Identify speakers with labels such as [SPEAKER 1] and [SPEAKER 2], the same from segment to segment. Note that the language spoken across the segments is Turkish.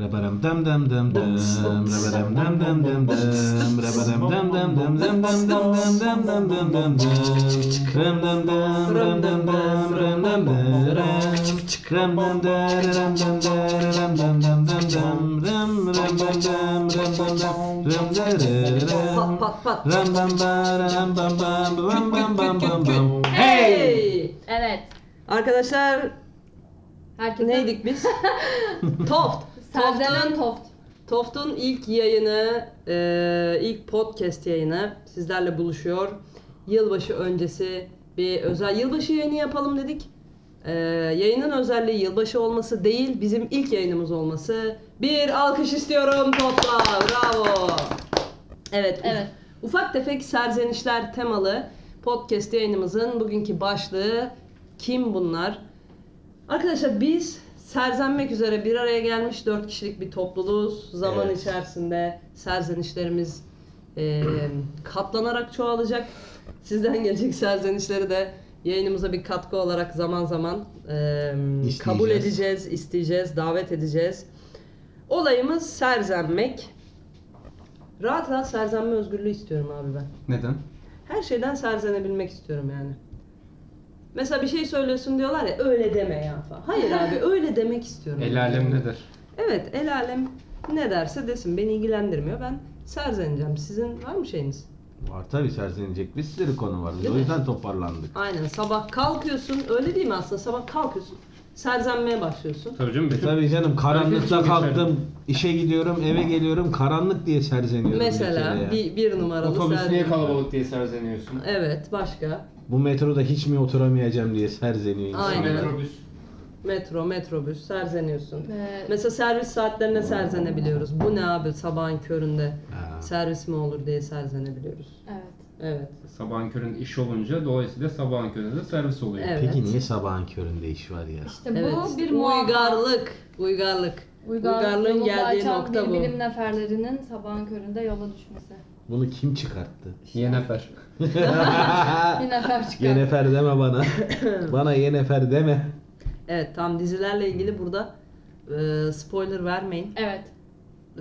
[SPEAKER 1] Reberem dem dem dem dem reberem dem dem dem dem reberem dem dem dem dem dem dem dem dem dem dem dem dem rem dem dem rem dem dem rem dem de rem rem dem de rem dem de rem dem dem dem dem rem rem dem dem rem dem dem rem de re rem
[SPEAKER 2] Pat pat pat.
[SPEAKER 1] rem bam ba rem bam bam bam bam bam bam bam
[SPEAKER 2] Hey!
[SPEAKER 3] Evet.
[SPEAKER 2] Arkadaşlar
[SPEAKER 3] Herkese...
[SPEAKER 2] neydik biz? Toft. Toft'un,
[SPEAKER 3] Serden Toft.
[SPEAKER 2] Toft'un ilk yayını, e, ilk podcast yayını sizlerle buluşuyor. Yılbaşı öncesi bir özel yılbaşı yayını yapalım dedik. E, yayının özelliği yılbaşı olması değil, bizim ilk yayınımız olması. Bir alkış istiyorum Toft'a. Bravo. Evet. uz-
[SPEAKER 3] Evet.
[SPEAKER 2] Ufak tefek serzenişler temalı podcast yayınımızın bugünkü başlığı kim bunlar? Arkadaşlar biz serzenmek üzere bir araya gelmiş dört kişilik bir topluluğuz. Zaman
[SPEAKER 1] Evet.
[SPEAKER 2] içerisinde serzenişlerimiz eee, katlanarak çoğalacak. Sizden gelecek serzenişleri de yayınımıza bir katkı olarak zaman zaman eee, kabul
[SPEAKER 1] İsteyeceğiz.
[SPEAKER 2] edeceğiz, isteyeceğiz, davet edeceğiz. Olayımız serzenmek. Rahat rahat serzenme özgürlüğü istiyorum abi ben.
[SPEAKER 1] Neden?
[SPEAKER 2] Her şeyden serzenebilmek istiyorum yani. Mesela bir şey söylüyorsun diyorlar ya öyle deme ya falan. Hayır abi öyle demek istiyorum.
[SPEAKER 4] El alem nedir?
[SPEAKER 2] Evet el alem ne derse desin beni ilgilendirmiyor. Ben serzeneceğim. Sizin var mı şeyiniz?
[SPEAKER 1] Var tabii serzenecek bir sürü konu var. Biz
[SPEAKER 2] Değil
[SPEAKER 1] o
[SPEAKER 2] mi?
[SPEAKER 1] yüzden toparlandık.
[SPEAKER 2] Aynen sabah kalkıyorsun öyle değil mi aslında sabah kalkıyorsun serzenmeye başlıyorsun.
[SPEAKER 4] Tabii canım bütün
[SPEAKER 1] Tabii canım karanlıkta
[SPEAKER 4] Herkes çok
[SPEAKER 1] kalktım, işe gidiyorum, eve geliyorum, karanlık diye serzeniyorum. bir kere ya.
[SPEAKER 2] Mesela bir, bir numaralı
[SPEAKER 4] otobüs
[SPEAKER 2] serzen-
[SPEAKER 4] niye kalabalık diye serzeniyorsun?
[SPEAKER 2] Evet başka
[SPEAKER 1] Bu metroda hiç mi oturamayacağım diye serzeniyor insan.
[SPEAKER 2] Aynen.
[SPEAKER 4] Metrobüs.
[SPEAKER 2] metro metrobüs serzeniyorsun.
[SPEAKER 3] Ee,
[SPEAKER 2] Mesela servis saatlerine serzenebiliyoruz. Bu ne abi sabahın köründe
[SPEAKER 1] Ha.
[SPEAKER 2] servis mi olur diye serzenebiliyoruz.
[SPEAKER 3] evet.
[SPEAKER 2] Evet.
[SPEAKER 4] Sabahın köründe iş olunca dolayısıyla sabahın köründe de servis oluyor.
[SPEAKER 2] Evet.
[SPEAKER 1] Peki niye sabahın köründe iş var ya?
[SPEAKER 3] İşte
[SPEAKER 2] evet.
[SPEAKER 3] bu bir muhabbet.
[SPEAKER 2] uygarlık. Uygarlık. uygarlığın
[SPEAKER 3] yolunu
[SPEAKER 2] geldiği
[SPEAKER 3] açan
[SPEAKER 2] nokta
[SPEAKER 3] bir
[SPEAKER 2] bu.
[SPEAKER 3] bilim neferlerinin sabahın köründe yola düşmesi.
[SPEAKER 1] Bunu kim çıkarttı?
[SPEAKER 4] Yenefer.
[SPEAKER 3] Bir nefer çıkar.
[SPEAKER 1] yenefer deme bana. bana yenefer deme.
[SPEAKER 2] Evet tam dizilerle ilgili burada e, spoiler vermeyin.
[SPEAKER 3] Evet.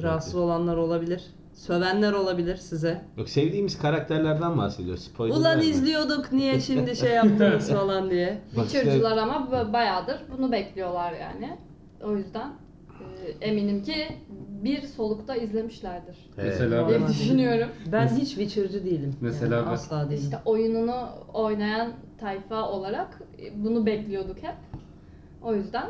[SPEAKER 2] Rahatsız olanlar olabilir. Sövenler olabilir size.
[SPEAKER 1] Yok sevdiğimiz karakterlerden bahsediyor. Spoiler
[SPEAKER 2] Ulan
[SPEAKER 1] verme.
[SPEAKER 2] izliyorduk niye şimdi şey yaptınız falan diye.
[SPEAKER 1] Bak işte-
[SPEAKER 3] Witcher'cılar ama ba- bayağıdır bunu bekliyorlar yani. O yüzden e, eminim ki bir solukta izlemişlerdir.
[SPEAKER 1] He.
[SPEAKER 4] Mesela
[SPEAKER 2] Vallahi.
[SPEAKER 4] ben,
[SPEAKER 3] Diye düşünüyorum.
[SPEAKER 2] Ben hiç Witcher'cı değilim.
[SPEAKER 4] Mesela
[SPEAKER 2] Yani
[SPEAKER 4] ben-
[SPEAKER 2] asla değilim.
[SPEAKER 3] İşte oyununu oynayan tayfa olarak e, bunu bekliyorduk hep. O yüzden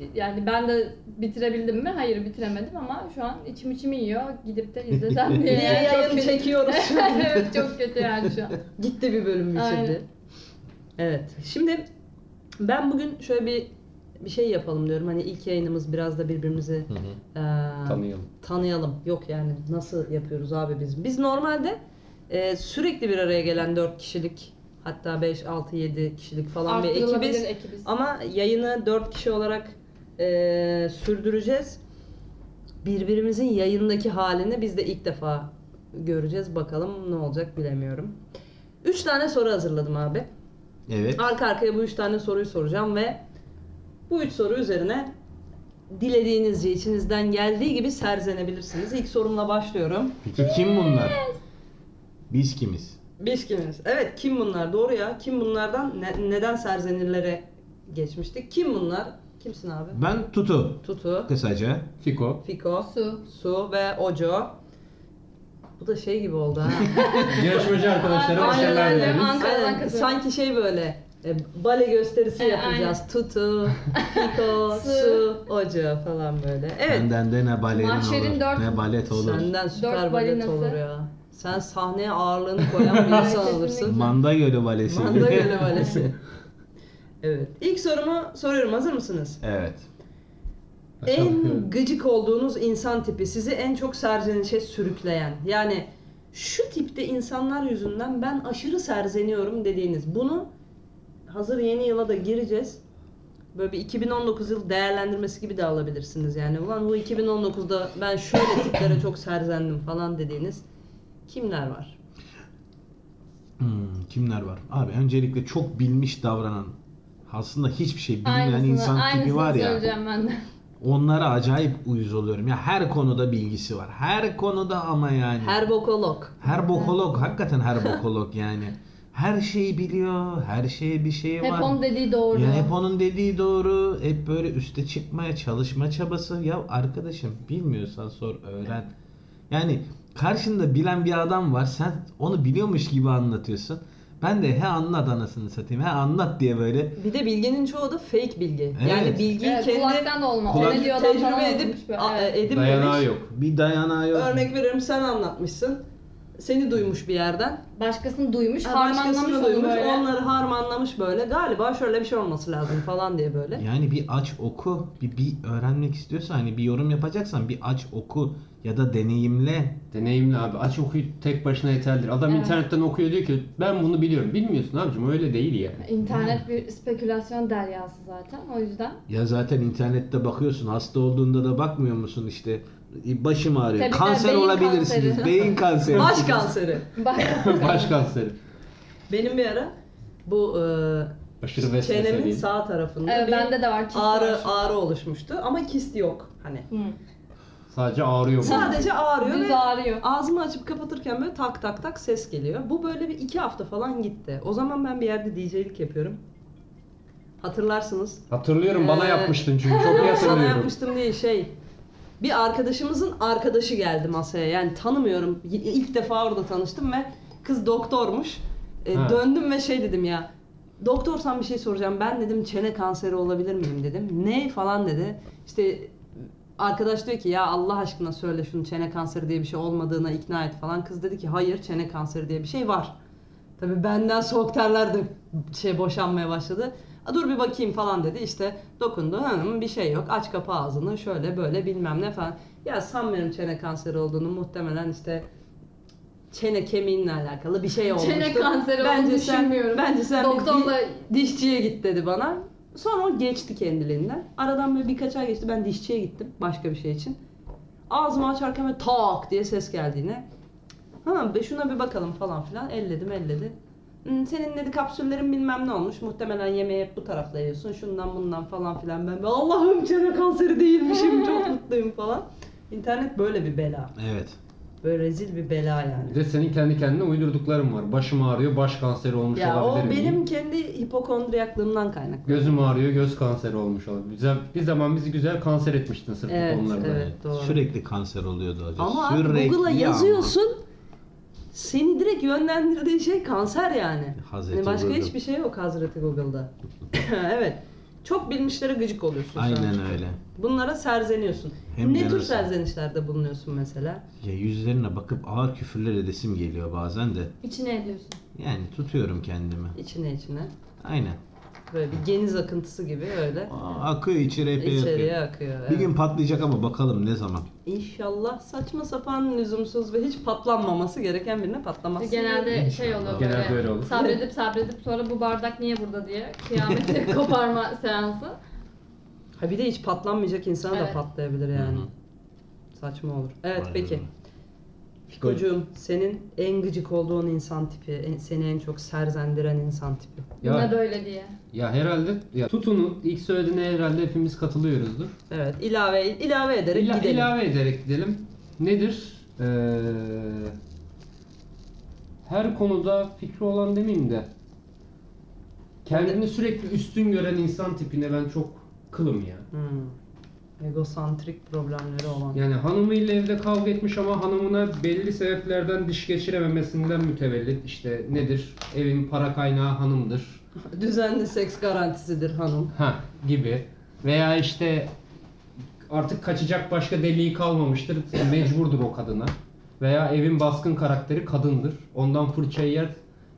[SPEAKER 3] e, yani ben de bitirebildim mi? Hayır bitiremedim ama şu an içim içimi yiyor. Gidip de izlesem diye.
[SPEAKER 2] Niye
[SPEAKER 3] Yani çok
[SPEAKER 2] yayın
[SPEAKER 3] kötü.
[SPEAKER 2] çekiyoruz şimdi?
[SPEAKER 3] evet çok kötü yani şu an.
[SPEAKER 2] Gitti bir bölüm
[SPEAKER 3] Aynen.
[SPEAKER 2] bitirdi. Evet. Şimdi ben bugün şöyle bir bir şey yapalım diyorum. Hani ilk yayınımız biraz da birbirimizi
[SPEAKER 1] Hı hı.
[SPEAKER 2] eee,
[SPEAKER 4] tanıyalım.
[SPEAKER 2] tanıyalım. Yok yani nasıl yapıyoruz abi biz? Biz normalde eee, sürekli bir araya gelen 4 kişilik hatta 5, 6, 7 kişilik falan bir
[SPEAKER 3] Arttırılabilir
[SPEAKER 2] ekibiz.
[SPEAKER 3] ekibiz.
[SPEAKER 2] Ama yayını 4 kişi olarak eee, sürdüreceğiz. Birbirimizin yayındaki halini biz de ilk defa göreceğiz. Bakalım ne olacak bilemiyorum. 3 tane soru hazırladım abi.
[SPEAKER 1] Evet.
[SPEAKER 2] Arka arkaya bu üç tane soruyu soracağım ve bu üç soru üzerine dilediğinizce içinizden geldiği gibi serzenebilirsiniz. İlk sorumla başlıyorum.
[SPEAKER 1] Peki kim bunlar? Biz kimiz?
[SPEAKER 2] Biz kimiz? Evet kim bunlar? Doğru ya. Kim bunlardan ne- neden serzenirlere geçmiştik? Kim bunlar? Kimsin abi?
[SPEAKER 1] Ben Tutu.
[SPEAKER 2] Tutu,
[SPEAKER 1] Kısaca.
[SPEAKER 4] Fiko.
[SPEAKER 2] Fiko,
[SPEAKER 3] Su.
[SPEAKER 2] Su ve Oco. Bu da şey gibi oldu ha.
[SPEAKER 4] Yarışmacı arkadaşlara
[SPEAKER 3] Aynen
[SPEAKER 4] başarılar
[SPEAKER 3] öyle.
[SPEAKER 4] dileriz.
[SPEAKER 3] Ankara'dan
[SPEAKER 2] Aynen,
[SPEAKER 3] katılıyorum.
[SPEAKER 2] Sanki şey böyle e, bale gösterisi
[SPEAKER 3] E,
[SPEAKER 2] yapacağız. Tutu, Fiko,
[SPEAKER 3] Su.
[SPEAKER 2] Su, Oco falan böyle. Evet.
[SPEAKER 1] Benden de ne balerin
[SPEAKER 3] Mahşerin
[SPEAKER 1] olur,
[SPEAKER 3] dört-
[SPEAKER 1] ne balet olur.
[SPEAKER 2] Senden süper
[SPEAKER 3] Dört
[SPEAKER 2] balet
[SPEAKER 3] balinası.
[SPEAKER 2] olur ya. Sen sahneye ağırlığını koyan bir insan olursun.
[SPEAKER 1] Manda Gölü Balesi.
[SPEAKER 2] Manda Gölü balesi. Evet. İlk sorumu soruyorum. Hazır mısınız?
[SPEAKER 1] evet.
[SPEAKER 2] En gıcık olduğunuz insan tipi sizi en çok serzenişe sürükleyen. Yani şu tipte insanlar yüzünden ben aşırı serzeniyorum dediğiniz. Bunu hazır yeni yıla da gireceğiz. Böyle bir 2019 yıl değerlendirmesi gibi de alabilirsiniz. Yani ulan bu 2019'da ben şöyle tiplere çok serzendim falan dediğiniz kimler var?
[SPEAKER 1] Hmm, kimler var? Abi öncelikle çok bilmiş davranan aslında hiçbir şey bilmeyen
[SPEAKER 3] Aynısını,
[SPEAKER 1] insan
[SPEAKER 3] aynısını
[SPEAKER 1] tipi var ya.
[SPEAKER 3] söyleyeceğim ben de.
[SPEAKER 1] Onlara acayip uyuz oluyorum. Ya her konuda bilgisi var. Her konuda ama yani.
[SPEAKER 2] Her bokolog.
[SPEAKER 1] Her bokolog hakikaten her bokolog yani. Her şeyi biliyor, her şeye bir şeyi
[SPEAKER 3] Hep
[SPEAKER 1] Şey var.
[SPEAKER 3] onun dediği doğru.
[SPEAKER 1] Ya hep onun dediği doğru. Hep böyle üste çıkmaya çalışma çabası. Ya arkadaşım bilmiyorsan sor, öğren. Yani karşında bilen bir adam var. Sen onu biliyormuş gibi anlatıyorsun. Ben de he anlat anasını satayım. He anlat diye böyle
[SPEAKER 2] Bir de bilginin çoğu da fake bilgi.
[SPEAKER 1] Evet.
[SPEAKER 2] Yani bilgiyi
[SPEAKER 3] Evet,
[SPEAKER 2] kendi
[SPEAKER 3] kulaktan da olmaz.
[SPEAKER 1] kulak-
[SPEAKER 3] Ne diyor adam sana
[SPEAKER 2] tecrübe edip
[SPEAKER 3] olmuş böyle.
[SPEAKER 2] a- e,
[SPEAKER 3] Evet.
[SPEAKER 2] edinmemiş.
[SPEAKER 4] Dayanağı yok.
[SPEAKER 1] bir dayanağı yok.
[SPEAKER 2] Örnek veriyorum sen anlatmışsın. Seni duymuş bir yerden.
[SPEAKER 3] Başkasını duymuş, harmanlamış
[SPEAKER 2] Başkasını
[SPEAKER 3] onu
[SPEAKER 2] duymuş,
[SPEAKER 3] böyle.
[SPEAKER 2] onları harmanlamış böyle. Galiba şöyle bir şey olması lazım falan diye böyle.
[SPEAKER 1] Yani bir aç oku, bir, bir öğrenmek istiyorsan hani bir yorum yapacaksan bir aç oku ya da deneyimle.
[SPEAKER 4] Deneyimli abi. Aç okuyup tek başına yeterlidir. Adam
[SPEAKER 3] Evet.
[SPEAKER 4] internetten okuyor diyor ki ben bunu biliyorum. Bilmiyorsun abicim öyle değil yani.
[SPEAKER 2] Hmm.
[SPEAKER 3] İnternet bir spekülasyon deryası zaten o yüzden.
[SPEAKER 1] Ya zaten internette bakıyorsun hasta olduğunda da bakmıyor musun işte E, başım ağrıyor.
[SPEAKER 3] Tabii,
[SPEAKER 1] kanser
[SPEAKER 3] beyin
[SPEAKER 1] olabilirsiniz.
[SPEAKER 3] kanseri.
[SPEAKER 1] Beyin kanseri.
[SPEAKER 2] Baş kanseri.
[SPEAKER 3] Bak-
[SPEAKER 4] Baş kanseri.
[SPEAKER 2] Benim bir ara bu
[SPEAKER 4] Aşırı
[SPEAKER 2] e, çenemin
[SPEAKER 4] vesveseli.
[SPEAKER 2] sağ tarafında
[SPEAKER 3] Evet,
[SPEAKER 2] bir
[SPEAKER 3] e, bende de var. kist var.
[SPEAKER 2] ağrı ağrı oluşmuştu ama kist yok hani.
[SPEAKER 3] Hı.
[SPEAKER 4] Sadece ağrıyor. bu.
[SPEAKER 2] Sadece ağrıyor
[SPEAKER 3] Hmm. Düz
[SPEAKER 2] ve
[SPEAKER 3] ağrıyor.
[SPEAKER 2] ağzımı açıp kapatırken böyle tak tak tak ses geliyor. Bu böyle bir iki hafta falan gitti. O zaman ben bir yerde DJ'lik yapıyorum. Hatırlarsınız.
[SPEAKER 4] Hatırlıyorum bana
[SPEAKER 2] Ee,
[SPEAKER 4] yapmıştın çünkü çok iyi
[SPEAKER 2] Sana
[SPEAKER 4] hatırlıyorum.
[SPEAKER 2] yapmıştım diye şey. Bir arkadaşımızın arkadaşı geldi masaya. Yani tanımıyorum. Y- İlk defa orada tanıştım ve kız doktormuş. E,
[SPEAKER 4] Ha.
[SPEAKER 2] döndüm ve şey dedim ya. Doktorsan bir şey soracağım. Ben dedim çene kanseri olabilir miyim dedim. Ne falan dedi. İşte arkadaş diyor ki ya Allah aşkına söyle şunu çene kanseri diye bir şey olmadığına ikna et falan. Kız dedi ki hayır çene kanseri diye bir şey var. Tabii benden soğuk terler de şey boşanmaya başladı. "A, Dur bir bakayım falan dedi işte dokundu hanım bir şey yok aç kapa ağzını şöyle böyle bilmem ne falan. Ya sanmıyorum çene kanseri olduğunu muhtemelen işte çene kemiğinle alakalı bir şey olmuştu.
[SPEAKER 3] Çene kanseri
[SPEAKER 2] bence
[SPEAKER 3] olduğunu
[SPEAKER 2] sen,
[SPEAKER 3] düşünmüyorum.
[SPEAKER 2] Bence sen bir
[SPEAKER 3] Doktorla
[SPEAKER 2] di- dişçiye git dedi bana. Sonra o geçti kendiliğinden. Aradan böyle birkaç ay geçti ben dişçiye gittim başka bir şey için. Ağzımı açarken böyle tak diye ses geldiğine. Ha be şuna bir bakalım falan filan. Elledim elledi. "Hmm, Senin dedi kapsüllerin bilmem ne olmuş. Muhtemelen yemeği hep bu tarafta yiyorsun. Şundan bundan falan filan. Ben böyle, Allah'ım çene kanseri değilmişim. Çok mutluyum falan. İnternet böyle bir bela.
[SPEAKER 1] Evet.
[SPEAKER 2] Böyle rezil bir bela yani.
[SPEAKER 4] Bir de senin kendi kendine uydurdukların var. Başım ağrıyor, baş kanseri olmuş
[SPEAKER 2] Ya o
[SPEAKER 4] olabilir miyim?
[SPEAKER 2] benim kendi hipokondriyaklığımdan kaynaklı.
[SPEAKER 4] Gözüm ağrıyor, göz kanseri olmuş olabilir. Bize, bir zaman bizi güzel kanser etmiştin sırf
[SPEAKER 2] Evet,
[SPEAKER 4] bu konularda.
[SPEAKER 2] evet. doğru.
[SPEAKER 1] Sürekli kanser oluyordu hocam.
[SPEAKER 2] Ama abi
[SPEAKER 1] Sürekli
[SPEAKER 2] Google'a
[SPEAKER 1] ama.
[SPEAKER 2] yazıyorsun. Seni direkt yönlendirdiği şey kanser yani.
[SPEAKER 1] Hazreti
[SPEAKER 2] Hani başka
[SPEAKER 1] Google.
[SPEAKER 2] hiçbir şey yok Hazreti Google'da. evet. Çok bilmişlere gıcık oluyorsun sen.
[SPEAKER 1] Aynen öyle.
[SPEAKER 2] Bunlara serzeniyorsun.
[SPEAKER 1] Hem
[SPEAKER 2] ne tür
[SPEAKER 1] yanarız.
[SPEAKER 2] serzenişlerde bulunuyorsun mesela?
[SPEAKER 1] Ya yüzlerine bakıp ağır küfürler edesim geliyor bazen de.
[SPEAKER 3] İçine ediyorsun.
[SPEAKER 1] Yani tutuyorum kendimi.
[SPEAKER 2] İçine içine.
[SPEAKER 1] Aynen.
[SPEAKER 2] Böyle bir geniz akıntısı gibi öyle.
[SPEAKER 1] Aa, Akıyor içeri epey
[SPEAKER 2] içeriye
[SPEAKER 1] akıyor.
[SPEAKER 2] akıyor.
[SPEAKER 1] Bir
[SPEAKER 2] evet.
[SPEAKER 1] gün patlayacak ama bakalım ne zaman.
[SPEAKER 2] İnşallah saçma sapan, lüzumsuz ve hiç patlanmaması gereken birine patlamazsın.
[SPEAKER 3] Genelde şey oluyor böyle.
[SPEAKER 4] Genelde öyle olur.
[SPEAKER 3] Sabredip sabredip sonra bu bardak niye burada diye kıyameti koparma seansı.
[SPEAKER 2] Ha bir de hiç patlanmayacak insana da
[SPEAKER 3] Evet.
[SPEAKER 2] patlayabilir yani.
[SPEAKER 1] Hı hı.
[SPEAKER 2] Saçma olur. Evet
[SPEAKER 1] Aynen
[SPEAKER 2] peki.
[SPEAKER 1] öyle.
[SPEAKER 2] Fikocuğum senin en gıcık olduğun insan tipi, en- seni en çok serzendiren insan tipi.
[SPEAKER 3] Bu ne
[SPEAKER 4] Ya,
[SPEAKER 3] böyle diye.
[SPEAKER 4] ya herhalde ya tutunun ilk söylediğine herhalde hepimiz katılıyoruzdur.
[SPEAKER 2] Evet ilave ilave ederek
[SPEAKER 4] İla,
[SPEAKER 2] gidelim.
[SPEAKER 4] ilave ederek gidelim. Nedir? Ee, her konuda fikri olan demeyeyim de kendini sürekli üstün gören insan tipine ben çok kılım ya.
[SPEAKER 2] Hmm. Egosantrik problemleri olan.
[SPEAKER 4] Yani hanımıyla evde kavga etmiş ama hanımına belli sebeplerden diş geçirememesinden mütevellit işte nedir? Evin para kaynağı hanımdır.
[SPEAKER 2] Düzenli seks garantisidir hanım.
[SPEAKER 4] Ha gibi. Veya işte artık kaçacak başka deliği kalmamıştır. Mecburdur o kadına. Veya evin baskın karakteri kadındır. Ondan fırçayı yer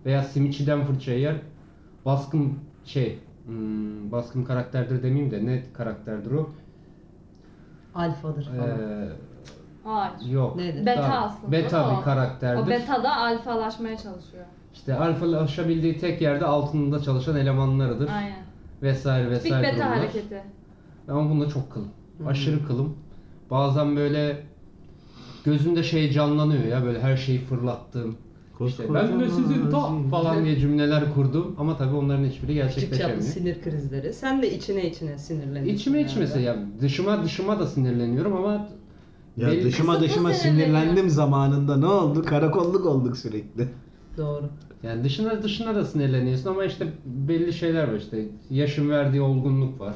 [SPEAKER 4] veya simitçiden fırçayı yer. Baskın şey hmm, baskın karakterdir demeyeyim de ne karakterdir o?
[SPEAKER 2] Alfadır falan.
[SPEAKER 4] Ee,
[SPEAKER 3] Hayır.
[SPEAKER 4] yok.
[SPEAKER 2] Nedir?
[SPEAKER 3] Beta
[SPEAKER 4] Daha-
[SPEAKER 3] aslında
[SPEAKER 4] Beta
[SPEAKER 3] o.
[SPEAKER 4] bir karakterdir.
[SPEAKER 3] O beta da alfalaşmaya çalışıyor.
[SPEAKER 4] İşte alfalaşabildiği tek yerde altında çalışan elemanlarıdır.
[SPEAKER 3] Aynen.
[SPEAKER 4] Vesaire
[SPEAKER 3] Big
[SPEAKER 4] vesaire
[SPEAKER 3] beta
[SPEAKER 4] durumlar.
[SPEAKER 3] hareketi.
[SPEAKER 4] Ben bunda çok kılım.
[SPEAKER 2] Hmm.
[SPEAKER 4] Aşırı kılım. Bazen böyle gözümde şey canlanıyor ya böyle her şeyi fırlattığım. İşte ben de sizin ta falan diye cümleler kurdum ama tabii onların hiçbiri
[SPEAKER 2] Küçük çaplı
[SPEAKER 4] gerçekleşemiyor.
[SPEAKER 2] sinir krizleri. Sen de içine içine sinirleniyorsun.
[SPEAKER 4] İçime
[SPEAKER 2] herhalde.
[SPEAKER 4] içmese ya dışıma dışıma da sinirleniyorum ama
[SPEAKER 1] Ya
[SPEAKER 4] Belli-
[SPEAKER 1] dışıma dışıma sinirlendim zamanında ne oldu? Karakolluk olduk sürekli.
[SPEAKER 2] Doğru.
[SPEAKER 4] yani dışına dışına da sinirleniyorsun ama işte belli şeyler var işte yaşın verdiği olgunluk var.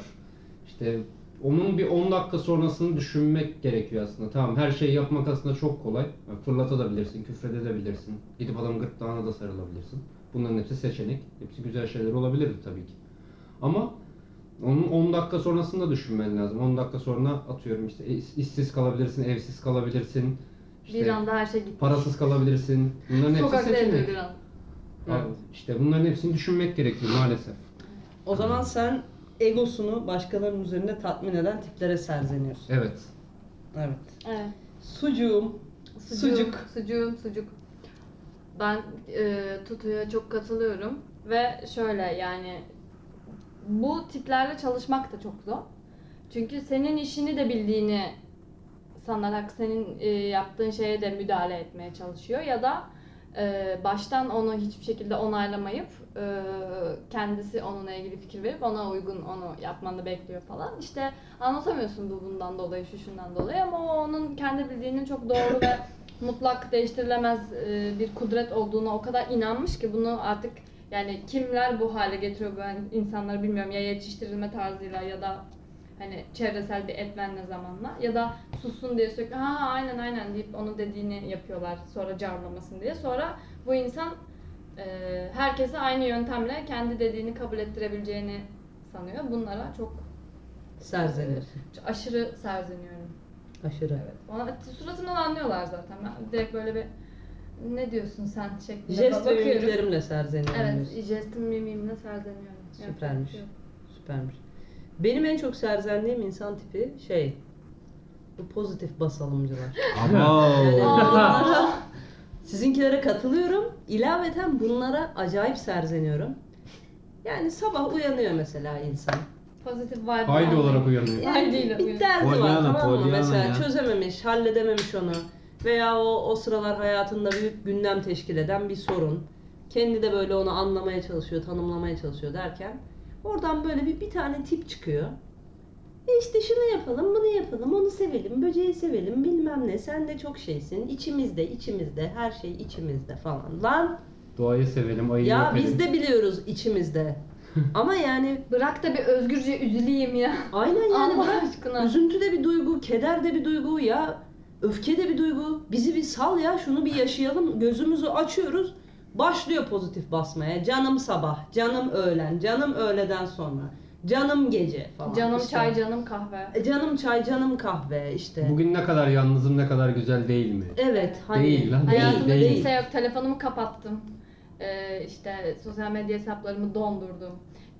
[SPEAKER 4] İşte onun bir 10 dakika sonrasını düşünmek gerekiyor aslında. Tamam her şeyi yapmak aslında çok kolay. Yani fırlatabilirsin, küfredebilirsin, gidip adamın gırtlağına da sarılabilirsin. Bunların hepsi seçenek. Hepsi güzel şeyler olabilirdi tabii ki. Ama onun 10 dakika sonrasını da düşünmen lazım. 10 dakika sonra atıyorum işte iş- işsiz kalabilirsin, evsiz kalabilirsin. İşte
[SPEAKER 3] Bir anda her şey gitti.
[SPEAKER 4] Parasız kalabilirsin. Bunların hepsi
[SPEAKER 3] Sokakta yatıyor
[SPEAKER 4] seçenek.
[SPEAKER 3] bir anda.
[SPEAKER 4] Abi, işte bunların hepsini düşünmek gerekiyor maalesef.
[SPEAKER 2] O zaman sen egosunu başkalarının üzerinde tatmin eden tiplere serzeniyorsun.
[SPEAKER 4] Evet.
[SPEAKER 2] Evet.
[SPEAKER 3] Evet.
[SPEAKER 2] Sucuğum. Sucuk.
[SPEAKER 3] Sucuğum, sucuk. Ben e, Tutu'ya çok katılıyorum. Ve şöyle yani bu tiplerle çalışmak da çok zor. Çünkü senin işini de bildiğini sanarak senin e, yaptığın şeye de müdahale etmeye çalışıyor ya da e, baştan onu hiçbir şekilde onaylamayıp e, kendisi onunla ilgili fikir verip ona uygun onu yapmanı bekliyor falan. İşte anlatamıyorsun bu bundan dolayı, şu şundan dolayı ama o onun kendi bildiğinin çok doğru ve mutlak değiştirilemez e, bir kudret olduğuna o kadar inanmış ki bunu artık yani kimler bu hale getiriyor ben insanları bilmiyorum ya yetiştirilme tarzıyla ya da hani çevresel bir etmenle zamanla ya da sussun diye sürekli ha aynen aynen deyip onun dediğini yapıyorlar sonra carlamasın diye sonra bu insan e, herkese aynı yöntemle kendi dediğini kabul ettirebileceğini sanıyor bunlara çok
[SPEAKER 2] Serzeniyorsun.
[SPEAKER 3] aşırı serzeniyorum.
[SPEAKER 2] Aşırı.
[SPEAKER 3] Evet. Ona, suratından anlıyorlar zaten. Ben direkt böyle bir ne diyorsun sen şeklinde
[SPEAKER 2] Jest ve
[SPEAKER 3] bakıyorum.
[SPEAKER 2] mimiklerimle serzeniyorum. diyorsun.
[SPEAKER 3] Evet, jestim mimimle serzeniyorum. Yapacak
[SPEAKER 2] Süpermiş.
[SPEAKER 3] bir şey yok.
[SPEAKER 2] Süpermiş. Benim en çok serzendiğim insan tipi şey. Bu pozitif basalımcılar.
[SPEAKER 1] Ama
[SPEAKER 2] bunlara, sizinkilere katılıyorum. İlaveten bunlara acayip serzeniyorum. Yani sabah uyanıyor mesela insan.
[SPEAKER 3] Pozitif vibe.
[SPEAKER 4] Haydi olarak uyanıyor.
[SPEAKER 2] Yani
[SPEAKER 3] Haydiyle
[SPEAKER 2] bir
[SPEAKER 3] uyanıyor.
[SPEAKER 2] derdi var
[SPEAKER 1] Pollyanna,
[SPEAKER 2] tamam mı?
[SPEAKER 1] Pollyanna
[SPEAKER 2] Mesela
[SPEAKER 1] ya.
[SPEAKER 2] çözememiş, halledememiş onu. Veya o, o sıralar hayatında büyük gündem teşkil eden bir sorun. Kendi de böyle onu anlamaya çalışıyor, tanımlamaya çalışıyor derken. Oradan böyle bir, bir tane tip çıkıyor. E işte şunu yapalım, bunu yapalım, onu sevelim, böceği sevelim, bilmem ne. Sen de çok şeysin, içimizde, içimizde, her şey içimizde falan. Lan
[SPEAKER 4] Doğayı sevelim, ayıyı
[SPEAKER 2] ya
[SPEAKER 4] öpelim.
[SPEAKER 2] biz de biliyoruz içimizde. Ama yani
[SPEAKER 3] Bırak da bir özgürce üzüleyim ya.
[SPEAKER 2] aynen yani
[SPEAKER 3] Allah
[SPEAKER 2] bırak
[SPEAKER 3] aşkına.
[SPEAKER 2] Üzüntü de bir duygu, keder de bir duygu ya. Öfke de bir duygu. Bizi bir sal ya şunu bir yaşayalım. Gözümüzü açıyoruz. Başlıyor pozitif basmaya. Canım sabah, canım öğlen, canım öğleden sonra, canım gece falan.
[SPEAKER 3] Canım
[SPEAKER 2] işte.
[SPEAKER 3] çay, canım kahve.
[SPEAKER 2] E, Canım çay, canım kahve işte.
[SPEAKER 4] Bugün ne kadar yalnızım, ne kadar güzel değil mi?
[SPEAKER 2] Evet hani.
[SPEAKER 4] Değil lan, değil,
[SPEAKER 3] Hayatımda
[SPEAKER 4] değil.
[SPEAKER 3] kimse yok. Telefonumu kapattım. Ee, işte sosyal medya hesaplarımı dondurdum.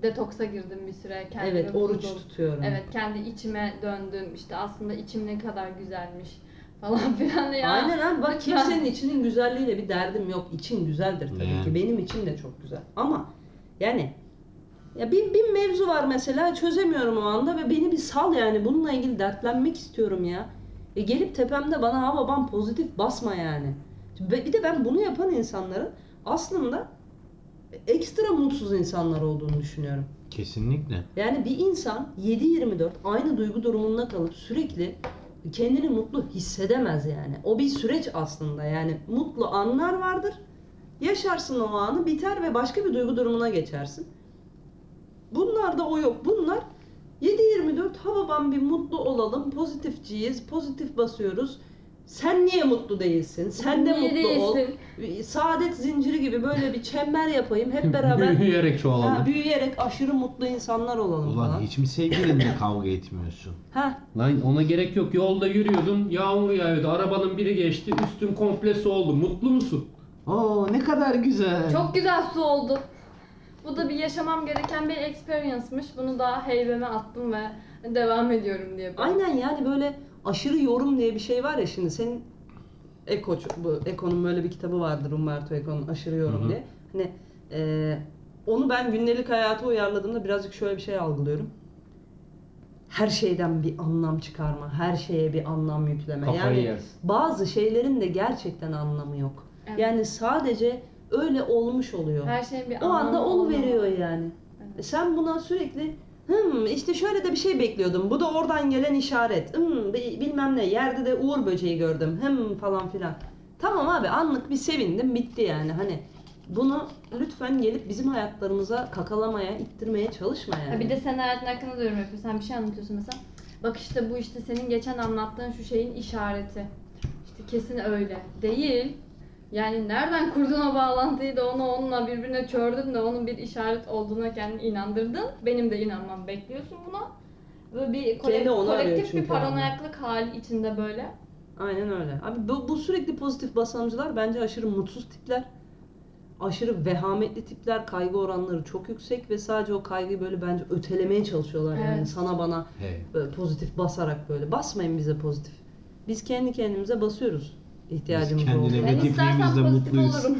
[SPEAKER 3] Detoksa girdim bir süre. kendime
[SPEAKER 2] Evet oruç
[SPEAKER 3] buldum.
[SPEAKER 2] tutuyorum.
[SPEAKER 3] Evet kendi içime döndüm. İşte aslında içim ne kadar güzelmiş falan filan ya.
[SPEAKER 2] Aynen abi bak
[SPEAKER 3] lütfen.
[SPEAKER 2] kimsenin içinin güzelliğiyle bir derdim yok. İçin güzeldir tabii
[SPEAKER 1] Yani.
[SPEAKER 2] ki. Benim içim de çok güzel. Ama yani ya bir, bir mevzu var mesela çözemiyorum o anda ve beni bir sal yani bununla ilgili dertlenmek istiyorum ya. E gelip tepemde bana ha babam pozitif basma yani. Ve Bir de ben bunu yapan insanların aslında e, ekstra mutsuz insanlar olduğunu düşünüyorum.
[SPEAKER 1] Kesinlikle.
[SPEAKER 2] Yani bir insan 7-24 aynı duygu durumunda kalıp sürekli kendini mutlu hissedemez yani. O bir süreç aslında yani mutlu anlar vardır. Yaşarsın o anı biter ve başka bir duygu durumuna geçersin. Bunlarda o yok. Bunlar 7-24 ha babam bir mutlu olalım, pozitifciyiz, pozitif basıyoruz. Sen niye mutlu değilsin? Sen de
[SPEAKER 3] Niye
[SPEAKER 2] mutlu
[SPEAKER 3] değilsin?
[SPEAKER 2] ol. Saadet zinciri gibi böyle bir çember yapayım hep beraber.
[SPEAKER 4] Büyüyerek
[SPEAKER 2] Ha,
[SPEAKER 4] çoğalalım.
[SPEAKER 2] büyüyerek aşırı mutlu insanlar olalım
[SPEAKER 1] Ulan
[SPEAKER 2] falan.
[SPEAKER 1] hiç mi sevgilinle kavga etmiyorsun?
[SPEAKER 2] Ha,
[SPEAKER 4] Lan ona gerek yok. Yolda yürüyordun, yağmur yağıyordu. Arabanın biri geçti, üstün komple su oldu. Mutlu musun?
[SPEAKER 1] Oo ne kadar güzel.
[SPEAKER 3] Çok güzel su oldu. Bu da bir yaşamam gereken bir experience'mış. Bunu da heybeme attım ve devam ediyorum diye.
[SPEAKER 2] aynen yani böyle aşırı yorum diye bir şey var ya şimdi senin Eko bu Eko'nun böyle bir kitabı vardır Umberto Eko'nun aşırı yorum
[SPEAKER 1] Hı hı.
[SPEAKER 2] diye. Hani e, onu ben gündelik hayata uyarladığımda birazcık şöyle bir şey algılıyorum. Her şeyden bir anlam çıkarma, her şeye bir anlam yükleme.
[SPEAKER 4] Kafayı
[SPEAKER 2] yani
[SPEAKER 4] yersin.
[SPEAKER 2] bazı şeylerin de gerçekten anlamı yok.
[SPEAKER 3] Evet.
[SPEAKER 2] Yani sadece öyle olmuş oluyor.
[SPEAKER 3] her şeyin bir
[SPEAKER 2] O anda
[SPEAKER 3] anlamı
[SPEAKER 2] olu
[SPEAKER 3] olmalı.
[SPEAKER 2] veriyor yani.
[SPEAKER 3] Evet.
[SPEAKER 2] E Sen buna sürekli hım işte şöyle de bir şey bekliyordum. Bu da oradan gelen işaret. Hım bi- bilmem ne yerde de uğur böceği gördüm. Hım falan filan. Tamam abi anlık bir sevindim bitti yani hani. Bunu lütfen gelip bizim hayatlarımıza kakalamaya, ittirmeye çalışma yani.
[SPEAKER 3] Ha bir de sen hayatın hakkında da yorum yapıyorsun. Sen bir şey anlatıyorsun mesela. Bak işte bu işte senin geçen anlattığın şu şeyin işareti. İşte kesin öyle. Değil. Yani nereden kurdun o bağlantıyı da onu onunla birbirine çördün de onun bir işaret olduğuna kendini inandırdın. Benim de inanmam bekliyorsun buna. Böyle bir kolek-
[SPEAKER 2] Kendi onu arıyor
[SPEAKER 3] kolektif
[SPEAKER 2] çünkü
[SPEAKER 3] bir paranoyaklık hali içinde böyle.
[SPEAKER 2] Aynen öyle. Abi bu, bu sürekli pozitif basamcılar bence aşırı mutsuz tipler. Aşırı vehametli tipler, kaygı oranları çok yüksek ve sadece o kaygıyı böyle bence ötelemeye çalışıyorlar yani
[SPEAKER 3] Evet.
[SPEAKER 2] sana bana
[SPEAKER 4] Hey.
[SPEAKER 2] böyle pozitif basarak böyle. Basmayın bize pozitif. Biz kendi kendimize basıyoruz ihtiyacımız
[SPEAKER 1] Biz kendine-
[SPEAKER 2] olduğu.
[SPEAKER 3] Ben istersen
[SPEAKER 1] Negatifliğimizle
[SPEAKER 3] pozitif
[SPEAKER 1] mutluyuz.
[SPEAKER 3] olurum.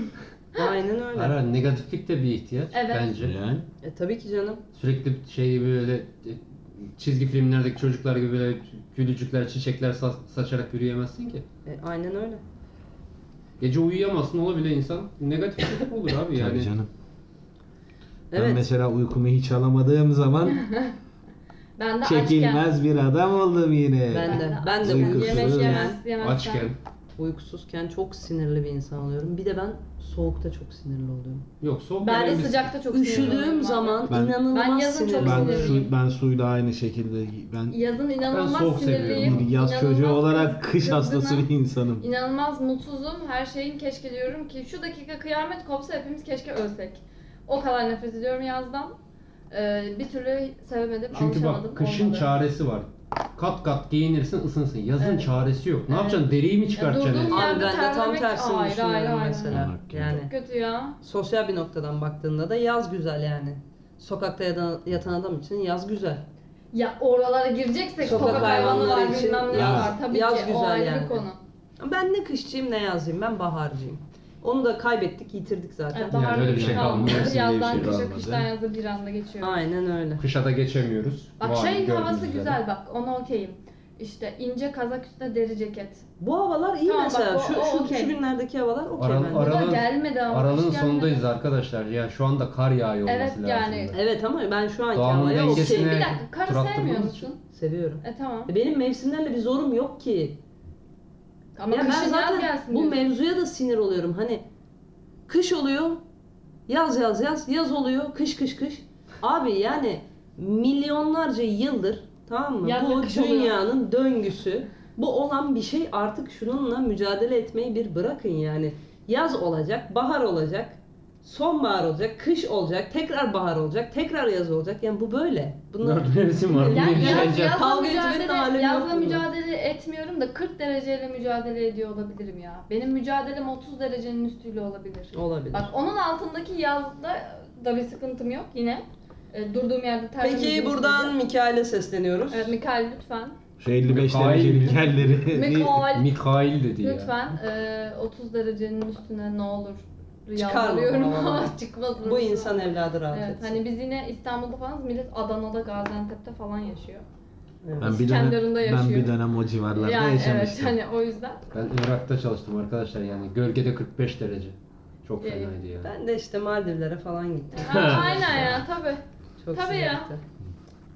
[SPEAKER 2] Aynen öyle.
[SPEAKER 4] Ara negatiflik de bir ihtiyaç
[SPEAKER 3] Evet.
[SPEAKER 4] bence.
[SPEAKER 1] Yani.
[SPEAKER 2] E, tabii ki canım.
[SPEAKER 4] Sürekli şey gibi böyle e, çizgi filmlerdeki çocuklar gibi böyle gülücükler, çiçekler sa- saçarak yürüyemezsin ki.
[SPEAKER 2] E, aynen öyle.
[SPEAKER 4] Gece uyuyamazsın ola bile insan negatiflik olur abi
[SPEAKER 1] Tabii
[SPEAKER 4] yani.
[SPEAKER 1] canım. Ben
[SPEAKER 2] Evet.
[SPEAKER 1] mesela uykumu hiç alamadığım zaman
[SPEAKER 3] Ben de açken.
[SPEAKER 1] çekilmez bir adam oldum yine.
[SPEAKER 2] Ben de. Ben de
[SPEAKER 1] Uykusuz.
[SPEAKER 2] yemek yemez,
[SPEAKER 3] yemezsen.
[SPEAKER 4] Açken.
[SPEAKER 2] uykusuzken çok sinirli bir insan oluyorum. Bir de ben soğukta çok sinirli oluyorum.
[SPEAKER 4] Yok soğuk
[SPEAKER 3] Ben de
[SPEAKER 4] önemlisi.
[SPEAKER 3] sıcakta çok sinirli olurum
[SPEAKER 2] Üşüdüğüm
[SPEAKER 3] abi.
[SPEAKER 2] zaman
[SPEAKER 1] Ben-
[SPEAKER 2] inanılmaz
[SPEAKER 3] Ben yazın çok
[SPEAKER 2] sinirli
[SPEAKER 1] Ben,
[SPEAKER 2] oluyorum.
[SPEAKER 1] su, ben suyla aynı şekilde ben
[SPEAKER 3] Yazın
[SPEAKER 4] Ben
[SPEAKER 3] inanılmaz
[SPEAKER 4] soğuk
[SPEAKER 3] sinirliyim.
[SPEAKER 4] seviyorum.
[SPEAKER 1] bir yaz
[SPEAKER 3] inanılmaz
[SPEAKER 1] çocuğu olarak kış
[SPEAKER 3] kızgınım,
[SPEAKER 1] hastası bir insanım.
[SPEAKER 3] İnanılmaz mutsuzum. Her şeyin keşke diyorum ki şu dakika kıyamet kopsa hepimiz keşke ölsek. O kadar nefret ediyorum yazdan. Ee, bir türlü sevemedim,
[SPEAKER 4] Çünkü
[SPEAKER 3] alışamadım.
[SPEAKER 4] bak kışın
[SPEAKER 3] olmadı.
[SPEAKER 4] çaresi var. Kat kat giyinirsin ısınsın. Yazın
[SPEAKER 3] Evet.
[SPEAKER 4] çaresi yok. Ne
[SPEAKER 3] Evet.
[SPEAKER 4] yapacaksın? Deriyi mi
[SPEAKER 3] Ya
[SPEAKER 4] çıkartacaksın?
[SPEAKER 3] durduğum
[SPEAKER 4] elden?
[SPEAKER 2] Abi
[SPEAKER 3] yerde
[SPEAKER 2] ben de tam
[SPEAKER 3] terlemek...
[SPEAKER 2] tersini
[SPEAKER 3] Hayır, hayır,
[SPEAKER 2] düşünüyorum
[SPEAKER 3] hayır.
[SPEAKER 2] mesela.
[SPEAKER 1] Bak ya.
[SPEAKER 2] Yani
[SPEAKER 3] Kötü ya.
[SPEAKER 2] sosyal bir noktadan baktığında da yaz güzel yani. Sokakta yatan- yatan adam için yaz güzel.
[SPEAKER 3] Ya oralara gireceksek sokak, hayvanları,
[SPEAKER 2] için
[SPEAKER 3] bilmem ne
[SPEAKER 1] yaz-
[SPEAKER 3] var. Tabii
[SPEAKER 2] yaz
[SPEAKER 3] ki o
[SPEAKER 2] güzel
[SPEAKER 3] ayrı
[SPEAKER 2] yani.
[SPEAKER 3] bir konu.
[SPEAKER 2] Ben ne kışçıyım ne yazcıyım ben baharcıyım. Onu da kaybettik yitirdik zaten.
[SPEAKER 3] Yani
[SPEAKER 4] Yani
[SPEAKER 3] baharda
[SPEAKER 4] öyle bir
[SPEAKER 3] kış
[SPEAKER 4] şey kalmadı.
[SPEAKER 3] kalmadı,
[SPEAKER 1] Mevsimde bir
[SPEAKER 3] Yazdan
[SPEAKER 1] şey
[SPEAKER 3] kışa,
[SPEAKER 1] kalmadı.
[SPEAKER 3] kıştan yaza bir anda geçiyor.
[SPEAKER 2] Aynen öyle.
[SPEAKER 4] Kışa da geçemiyoruz.
[SPEAKER 3] Bak
[SPEAKER 4] Vay,
[SPEAKER 3] şeyin
[SPEAKER 4] gördüğünüz
[SPEAKER 3] havası
[SPEAKER 4] üzere.
[SPEAKER 3] güzel bak ona okeyim. İşte ince kazak üstüne deri ceket.
[SPEAKER 2] Bu havalar iyi
[SPEAKER 3] Tamam,
[SPEAKER 2] mesela.
[SPEAKER 3] bak, o-
[SPEAKER 2] şu,
[SPEAKER 3] o
[SPEAKER 2] şu, şu
[SPEAKER 3] okey.
[SPEAKER 2] günlerdeki havalar okey
[SPEAKER 4] Aral-
[SPEAKER 2] bence.
[SPEAKER 3] Bu da
[SPEAKER 4] Aralığın-
[SPEAKER 3] gelmedi ama.
[SPEAKER 4] Aralığın
[SPEAKER 3] kış gelmedi.
[SPEAKER 4] sonundayız arkadaşlar. Ya şu anda kar yağıyor olması
[SPEAKER 3] Evet,
[SPEAKER 4] lazım.
[SPEAKER 3] yani.
[SPEAKER 2] Evet ama ben şu anki
[SPEAKER 4] Doğanın
[SPEAKER 2] havaya
[SPEAKER 4] dengesine-
[SPEAKER 2] okeyim.
[SPEAKER 3] Bir dakika
[SPEAKER 4] Tur
[SPEAKER 3] karı
[SPEAKER 4] attırdığımız
[SPEAKER 3] sevmiyor
[SPEAKER 4] için.
[SPEAKER 3] musun?
[SPEAKER 2] Seviyorum.
[SPEAKER 3] E tamam.
[SPEAKER 2] E, Benim mevsimlerle bir zorum yok ki.
[SPEAKER 3] Ama
[SPEAKER 2] ya ben
[SPEAKER 3] kışın yaz
[SPEAKER 2] zaten
[SPEAKER 3] gelsin
[SPEAKER 2] bu
[SPEAKER 3] diyorsun.
[SPEAKER 2] mevzuya da sinir oluyorum. Hani kış oluyor, yaz yaz yaz, yaz oluyor, kış kış kış. Abi yani milyonlarca yıldır tamam mı?
[SPEAKER 3] Yaz ve kış
[SPEAKER 2] bu
[SPEAKER 3] oluyor.
[SPEAKER 2] dünyanın döngüsü. Bu olan bir şey artık şununla mücadele etmeyi bir bırakın yani. Yaz olacak, bahar olacak, sonbahar olacak, kış olacak, tekrar bahar olacak, tekrar yaz olacak. Yani bu böyle. Bunlar
[SPEAKER 4] Dört mevsim var.
[SPEAKER 3] Yani
[SPEAKER 4] Bunu
[SPEAKER 3] yaz-
[SPEAKER 4] yaşayacağız.
[SPEAKER 3] yazla
[SPEAKER 2] Kavga etmenin
[SPEAKER 3] mücadele,
[SPEAKER 2] alemi yok
[SPEAKER 3] yazla
[SPEAKER 2] bunun.
[SPEAKER 3] mücadele etmiyorum da 40 dereceyle mücadele ediyor olabilirim ya. Benim mücadelem 30 derecenin üstüyle olabilir.
[SPEAKER 2] olabilir.
[SPEAKER 3] Bak onun altındaki yazda da bir sıkıntım yok yine. E, durduğum yerde terlemediğim
[SPEAKER 2] Peki buradan Mikail'e sesleniyoruz.
[SPEAKER 3] Evet, Mikael lütfen.
[SPEAKER 1] Şu 55
[SPEAKER 4] Mikail mi?
[SPEAKER 1] derecelik kelleri.
[SPEAKER 3] Mikael
[SPEAKER 4] Mikail dedi ya.
[SPEAKER 3] Lütfen eee, 30 derecenin üstüne ne olur
[SPEAKER 2] Çıkarma
[SPEAKER 3] yalvarıyorum
[SPEAKER 2] falan.
[SPEAKER 3] ama çıkmasın.
[SPEAKER 2] bu insan evladı rahat
[SPEAKER 3] Evet,
[SPEAKER 2] etsin.
[SPEAKER 3] hani biz yine İstanbul'da falan millet Adana'da, Gaziantep'te falan yaşıyor.
[SPEAKER 2] Evet.
[SPEAKER 1] Ben bir dönem,
[SPEAKER 3] İskenderun'da
[SPEAKER 1] ben bir
[SPEAKER 3] yaşıyor.
[SPEAKER 1] dönem o civarlarda
[SPEAKER 3] Yani evet
[SPEAKER 1] yaşamıştım.
[SPEAKER 3] hani o yüzden
[SPEAKER 4] Ben Irak'ta çalıştım arkadaşlar yani. Gölgede 45 derece. Çok fenaydı ya.
[SPEAKER 2] Ben de işte Maldivlere falan gittim.
[SPEAKER 3] Ha, aynen ya tabii.
[SPEAKER 2] Çok
[SPEAKER 3] Tabii ya.
[SPEAKER 2] sıcaktı.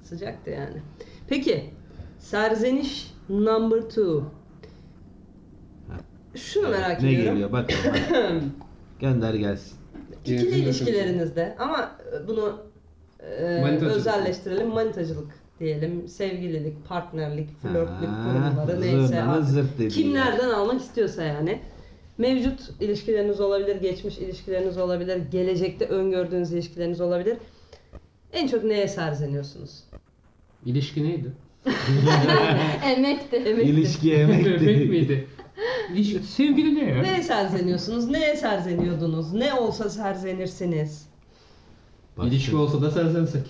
[SPEAKER 2] Sıcaktı yani. Peki serzeniş number two. Şunu merak
[SPEAKER 1] ne
[SPEAKER 2] ediyorum.
[SPEAKER 1] geliyor bak. Gönder gelsin.
[SPEAKER 4] Gezdim
[SPEAKER 2] İkili
[SPEAKER 4] de
[SPEAKER 2] ilişkilerinizde ama bunu e,
[SPEAKER 4] Manitacılık.
[SPEAKER 2] özelleştirelim manitacılık diyelim. Sevgililik, partnerlik, flörtlük
[SPEAKER 1] Ha,
[SPEAKER 2] durumları neyse.
[SPEAKER 1] zırnanın
[SPEAKER 2] artık.
[SPEAKER 1] zırt dediği
[SPEAKER 2] Kim
[SPEAKER 1] yer.
[SPEAKER 2] nereden almak istiyorsa yani. Mevcut ilişkileriniz olabilir, geçmiş ilişkileriniz olabilir, gelecekte öngördüğünüz ilişkileriniz olabilir. En çok neye serzeniyorsunuz?
[SPEAKER 4] İlişki neydi?
[SPEAKER 3] Emekti.
[SPEAKER 2] Emekli.
[SPEAKER 1] İlişki yemek
[SPEAKER 4] Bebek
[SPEAKER 1] değil.
[SPEAKER 4] miydi? İlişki, sevgili ne ya?
[SPEAKER 2] Neye serzeniyorsunuz? Neye serzeniyordunuz? Ne olsa serzenirsiniz.
[SPEAKER 1] Bak,
[SPEAKER 4] İlişki olsa da sen sensek.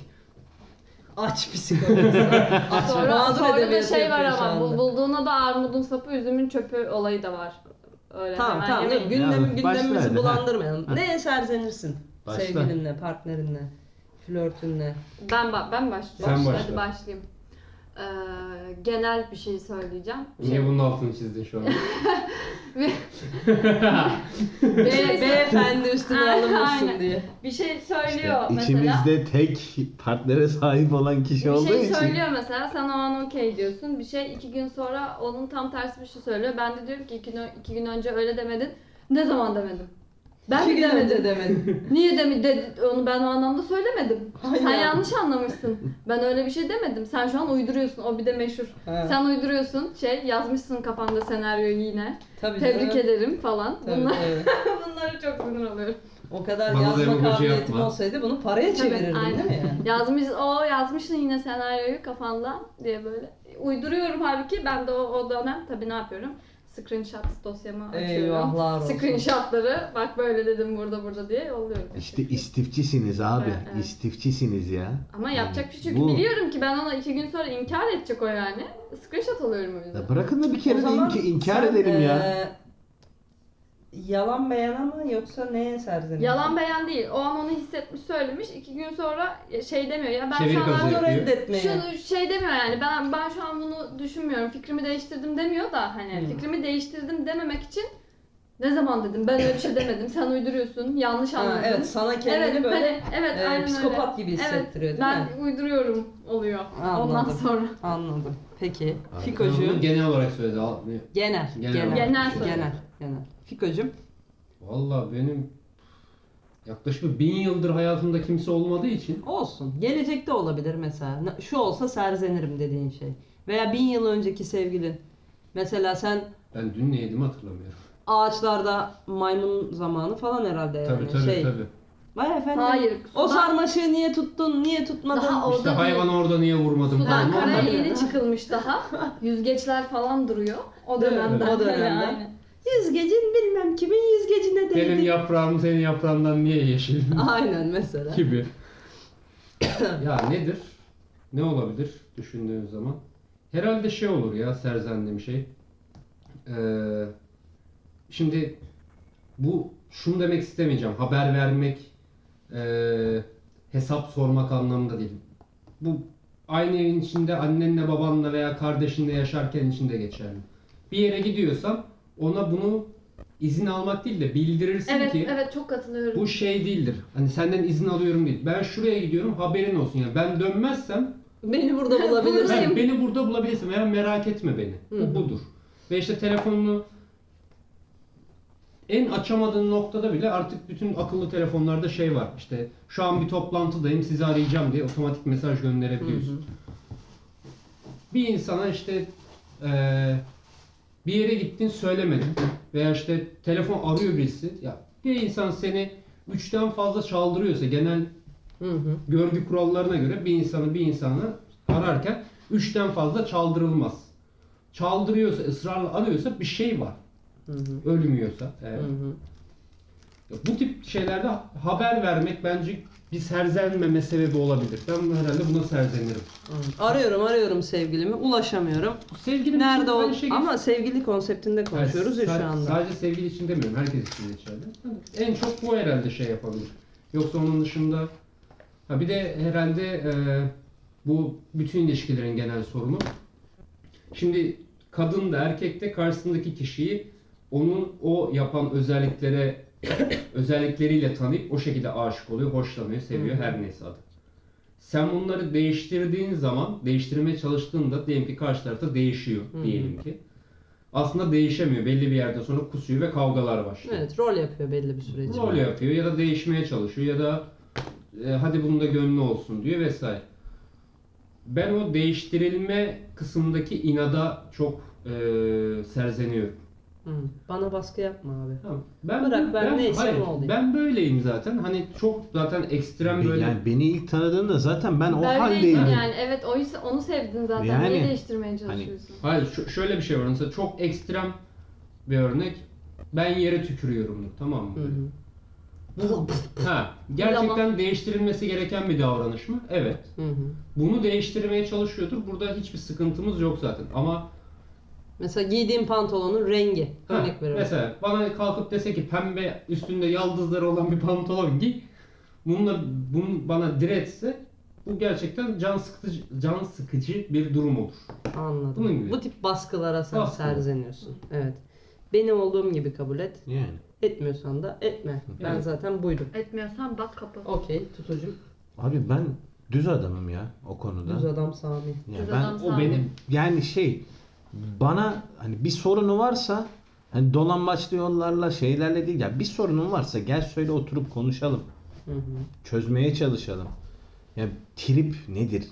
[SPEAKER 2] Aç psikolojisi. Aç
[SPEAKER 3] Sonra,
[SPEAKER 2] mağdur
[SPEAKER 3] sonra da
[SPEAKER 2] edebiyatı
[SPEAKER 3] şey var
[SPEAKER 2] yapıyor şu
[SPEAKER 3] ama
[SPEAKER 2] anda.
[SPEAKER 3] bu- bulduğuna da armudun sapı üzümün çöpü olayı da var. Öyle
[SPEAKER 2] Tamam
[SPEAKER 3] hemen
[SPEAKER 2] tamam.
[SPEAKER 3] yemeyin.
[SPEAKER 2] Gündemi,
[SPEAKER 1] Ya, başla
[SPEAKER 2] gündemimizi
[SPEAKER 1] hadi, ha.
[SPEAKER 2] bulandırmayalım.
[SPEAKER 1] Ha.
[SPEAKER 2] Neye serzenirsin?
[SPEAKER 1] Başla.
[SPEAKER 2] Sevgilinle, partnerinle, flörtünle.
[SPEAKER 3] Ben ba- ben başlıyorum.
[SPEAKER 4] Sen başla.
[SPEAKER 3] Hadi başlayayım. Ee, genel bir şey söyleyeceğim.
[SPEAKER 4] Niye bunun altını çizdin şu an?
[SPEAKER 3] Ve-
[SPEAKER 2] Be- beyefendi üstüne
[SPEAKER 3] Aynen.
[SPEAKER 2] alınmasın diye.
[SPEAKER 3] şey- bir şey söylüyor mesela.
[SPEAKER 1] İçimizde tek partnere sahip olan kişi
[SPEAKER 3] Bir
[SPEAKER 1] olduğu
[SPEAKER 3] şey
[SPEAKER 1] için.
[SPEAKER 3] söylüyor mesela sen o an okey diyorsun. Bir şey iki gün sonra onun tam tersi bir şey söylüyor. Ben de diyorum ki iki gün, iki gün önce öyle demedin. Ne zaman demedim? Ben
[SPEAKER 2] İki
[SPEAKER 3] mi
[SPEAKER 2] gün
[SPEAKER 3] demedim?
[SPEAKER 2] önce demedim.
[SPEAKER 3] Niye demi dedi onu ben o anlamda söylemedim. Sen
[SPEAKER 2] Aynen.
[SPEAKER 3] yanlış anlamışsın. Ben öyle bir şey demedim. Sen şu an uyduruyorsun. O bir de meşhur.
[SPEAKER 2] Ha,
[SPEAKER 3] Sen uyduruyorsun. Şey yazmışsın kafanda senaryoyu yine.
[SPEAKER 2] tabii
[SPEAKER 3] Tebrik
[SPEAKER 2] canım.
[SPEAKER 3] ederim falan.
[SPEAKER 2] Tabii,
[SPEAKER 3] Bunlar
[SPEAKER 2] evet.
[SPEAKER 3] bunları çok sinir oluyorum.
[SPEAKER 2] O kadar
[SPEAKER 4] Bana da
[SPEAKER 2] yazma
[SPEAKER 1] şey
[SPEAKER 4] demagoji
[SPEAKER 2] kabiliyetim
[SPEAKER 4] yapma.
[SPEAKER 2] olsaydı bunu paraya
[SPEAKER 3] Tabii,
[SPEAKER 2] çevirirdim
[SPEAKER 3] aynen.
[SPEAKER 2] değil mi yani?
[SPEAKER 3] Yazmış o yazmışsın yine senaryoyu kafanda diye böyle. Uyduruyorum halbuki ben de o, o dönem tabii ne yapıyorum? Screenshot dosyamı açıyorum.
[SPEAKER 2] Eyvahlar olsun.
[SPEAKER 3] Screenshotları bak böyle dedim burada burada diye yolluyorum.
[SPEAKER 1] İşte istifçisiniz abi.
[SPEAKER 3] Evet, evet.
[SPEAKER 1] İstifçisiniz ya.
[SPEAKER 3] Ama yapacak bir şey çünkü
[SPEAKER 1] Bu-
[SPEAKER 3] biliyorum ki ben ona iki gün sonra inkar edecek o yani. Screenshot alıyorum o yüzden.
[SPEAKER 1] Ya bırakın da bir kere
[SPEAKER 2] O
[SPEAKER 1] de
[SPEAKER 2] zaman
[SPEAKER 1] inki- inkar
[SPEAKER 2] sen,
[SPEAKER 1] edelim ya.
[SPEAKER 2] eee, yalan beyan mı yoksa neye serzeniyorsun?
[SPEAKER 3] Yalan beyan değil. O an onu hissetmiş söylemiş. iki gün sonra şey demiyor ya ben
[SPEAKER 4] Çeviri
[SPEAKER 3] şu an
[SPEAKER 4] kazıyor.
[SPEAKER 2] Bunu
[SPEAKER 3] artık
[SPEAKER 2] reddetmeyi.
[SPEAKER 3] Şunu şey demiyor yani ben ben şu an bunu düşünmüyorum fikrimi değiştirdim demiyor da hani
[SPEAKER 2] Hmm.
[SPEAKER 3] fikrimi değiştirdim dememek için ne zaman dedim ben öyle bir şey demedim sen uyduruyorsun yanlış
[SPEAKER 2] Ha,
[SPEAKER 3] anladın.
[SPEAKER 2] evet sana kendini
[SPEAKER 3] evet,
[SPEAKER 2] böyle
[SPEAKER 3] hani, evet
[SPEAKER 2] eee,
[SPEAKER 3] aynen
[SPEAKER 2] psikopat gibi
[SPEAKER 3] Evet,
[SPEAKER 2] hissettiriyor değil
[SPEAKER 3] öyle.
[SPEAKER 2] mi?
[SPEAKER 3] Ben uyduruyorum oluyor
[SPEAKER 2] Anladım.
[SPEAKER 3] ondan sonra.
[SPEAKER 2] Anladım. Peki.
[SPEAKER 4] Ben
[SPEAKER 2] Fikocuğum.
[SPEAKER 4] bunu genel olarak söyledi. al-
[SPEAKER 2] Genel.
[SPEAKER 4] Genel
[SPEAKER 2] Genel.
[SPEAKER 4] olarak.
[SPEAKER 3] Genel
[SPEAKER 2] Genel.
[SPEAKER 3] söyle.
[SPEAKER 2] Genel. Fikocuğum.
[SPEAKER 4] Valla benim yaklaşık bin yıldır hayatımda kimse olmadığı için
[SPEAKER 2] Olsun. Gelecekte olabilir mesela. Ne- Şu olsa serzenirim dediğin şey. Veya bin yıl önceki sevgilin. Mesela sen
[SPEAKER 4] ben dün ne yediğimi hatırlamıyorum.
[SPEAKER 2] ağaçlarda maymun zamanı falan
[SPEAKER 3] Ee,
[SPEAKER 2] herhalde yani.
[SPEAKER 4] Tabii tabii
[SPEAKER 2] şey.
[SPEAKER 4] tabii.
[SPEAKER 2] Vay efendim.
[SPEAKER 3] Hayır,
[SPEAKER 2] O
[SPEAKER 3] sudan-
[SPEAKER 2] sarmaşığı niye tuttun, niye tutmadın?
[SPEAKER 3] Daha o-
[SPEAKER 4] İşte
[SPEAKER 3] Orada
[SPEAKER 4] hayvan orada niye vurmadım
[SPEAKER 3] Sudan
[SPEAKER 4] falan.
[SPEAKER 2] Tamam,
[SPEAKER 3] karaya
[SPEAKER 2] anladım.
[SPEAKER 3] yeni çıkılmış daha yüzgeçler falan duruyor o
[SPEAKER 2] Değil mi?
[SPEAKER 3] dönemden.
[SPEAKER 2] O dönemden.
[SPEAKER 3] Aynen.
[SPEAKER 2] Yüzgecin bilmem kimin yüzgecine değdi.
[SPEAKER 4] Benim yaprağım senin yaprağından niye yeşil
[SPEAKER 2] Aynen mesela.
[SPEAKER 4] gibi. ya nedir? Ne olabilir düşündüğün zaman? Herhalde şey olur ya serzendiğim şey. Ee, şimdi bu şunu demek istemeyeceğim. Haber vermek, ee, hesap sormak anlamında değil. Bu aynı evin içinde annenle babanla veya kardeşinle yaşarken içinde geçerli. Bir yere gidiyorsan ona bunu izin almak değil de bildirirsin
[SPEAKER 3] Evet
[SPEAKER 4] ki
[SPEAKER 3] evet çok katılıyorum.
[SPEAKER 4] bu şey değildir. Hani senden izin alıyorum değil. Ben şuraya gidiyorum haberin olsun. Yani ben dönmezsem
[SPEAKER 2] Beni burada bulabilirsin.
[SPEAKER 3] Buradayım.
[SPEAKER 4] ben, beni burada bulabilirsin veya merak etme beni.
[SPEAKER 2] Hı hı.
[SPEAKER 4] Bu budur. Ve işte telefonunu en açamadığın noktada bile artık bütün akıllı telefonlarda şey var. İşte şu an bir toplantıdayım sizi arayacağım diye otomatik mesaj gönderebiliyorsun. Bir insana işte eee, bir yere gittin söylemedin veya işte telefon arıyor birisi. Ya bir insan seni üçten fazla çaldırıyorsa genel
[SPEAKER 2] Hı hı.
[SPEAKER 4] görgü kurallarına göre bir insanı bir insanı ararken üçten fazla çaldırılmaz. Çaldırıyorsa, ısrarla arıyorsa bir şey var.
[SPEAKER 2] Hı hı.
[SPEAKER 4] Ölmüyorsa.
[SPEAKER 2] Hı
[SPEAKER 4] eğer.
[SPEAKER 2] hı.
[SPEAKER 4] Ya Bu tip şeylerde haber vermek bence bir serzenmeme sebebi olabilir. Ben herhalde buna serzenirim.
[SPEAKER 2] Hı. Arıyorum arıyorum sevgilimi ulaşamıyorum.
[SPEAKER 4] Sevgilim
[SPEAKER 2] Nerede
[SPEAKER 4] için
[SPEAKER 2] o?
[SPEAKER 4] aynı şey
[SPEAKER 2] Ama sevgili konseptinde konuşuyoruz ya
[SPEAKER 4] Hayır,
[SPEAKER 2] şu anda.
[SPEAKER 4] Sadece sevgili için demiyorum. Herkes için geçerli. En çok bu herhalde şey yapabilir. Yoksa onun dışında ha bir de herhalde e, bu bütün ilişkilerin genel sorunu. Şimdi kadın da erkek de karşısındaki kişiyi onun o yapan özelliklere özellikleriyle tanıyıp o şekilde aşık oluyor, hoşlanıyor, seviyor
[SPEAKER 2] Hı.
[SPEAKER 4] her neyse adı. Sen bunları değiştirdiğin zaman, değiştirmeye çalıştığında diyelim ki karşı tarafta değişiyor
[SPEAKER 2] Hı.
[SPEAKER 4] diyelim ki. Aslında değişemiyor. Belli bir yerden sonra kusuyor ve kavgalar başlıyor.
[SPEAKER 2] Evet rol yapıyor belli bir süreci.
[SPEAKER 4] Rol yapıyor ya da değişmeye çalışıyor ya da e, hadi bunun da gönlü olsun diyor vesaire. Ben o değiştirilme kısımdaki inada çok e, serzeniyorum.
[SPEAKER 2] Hı. Bana baskı yapma abi.
[SPEAKER 4] Tamam. Ben
[SPEAKER 2] Bırak, ben neyse
[SPEAKER 4] hayır,
[SPEAKER 2] o olayım.
[SPEAKER 4] Ben böyleyim zaten. Hani çok zaten ekstrem böyle.
[SPEAKER 1] Yani beni ilk tanıdığında zaten ben o
[SPEAKER 3] Böyleydim
[SPEAKER 1] haldeydim.
[SPEAKER 3] yani evet o yüzden- onu sevdin zaten. Niye
[SPEAKER 1] Yani,
[SPEAKER 3] değiştirmeye çalışıyorsun?
[SPEAKER 4] Hayır, şu- şöyle bir şey var. Mesela çok ekstrem bir örnek. Ben yere tükürüyorumdur, tamam mı?
[SPEAKER 2] Hı hı.
[SPEAKER 4] Bu ha, gerçekten değiştirilmesi gereken bir davranış mı? Evet.
[SPEAKER 2] Hı hı.
[SPEAKER 4] Bunu değiştirmeye çalışıyordur. Burada hiçbir sıkıntımız yok zaten. Ama
[SPEAKER 2] Mesela giydiğim pantolonun rengi.
[SPEAKER 4] ha,
[SPEAKER 2] Örnek veriyorum.
[SPEAKER 4] mesela bana kalkıp dese ki pembe üstünde yıldızları olan bir pantolon giy. Bununla bunu bana diretse Bu gerçekten can sıkıcı, can sıkıcı bir durum olur.
[SPEAKER 2] Anladım.
[SPEAKER 4] Bunun gibi.
[SPEAKER 2] Bu tip baskılara sen
[SPEAKER 4] Baskı.
[SPEAKER 2] serzeniyorsun. Evet. Benim olduğum gibi kabul et.
[SPEAKER 1] Yani.
[SPEAKER 2] Etmiyorsan da etme. Ben
[SPEAKER 4] Evet.
[SPEAKER 2] zaten buydum.
[SPEAKER 3] Etmiyorsan bak kapı.
[SPEAKER 2] Okey tutucum.
[SPEAKER 1] Abi ben düz adamım ya o konuda.
[SPEAKER 2] Düz adam Sami.
[SPEAKER 1] Yani
[SPEAKER 3] Kız
[SPEAKER 1] ben
[SPEAKER 3] adam
[SPEAKER 4] O
[SPEAKER 3] sağ-
[SPEAKER 4] benim.
[SPEAKER 1] yani şey bana hani bir sorunu varsa hani dolambaçlı yollarla şeylerle değil ya bir sorunun varsa gel söyle oturup konuşalım.
[SPEAKER 2] Hı hı.
[SPEAKER 1] Çözmeye çalışalım. Ya trip nedir?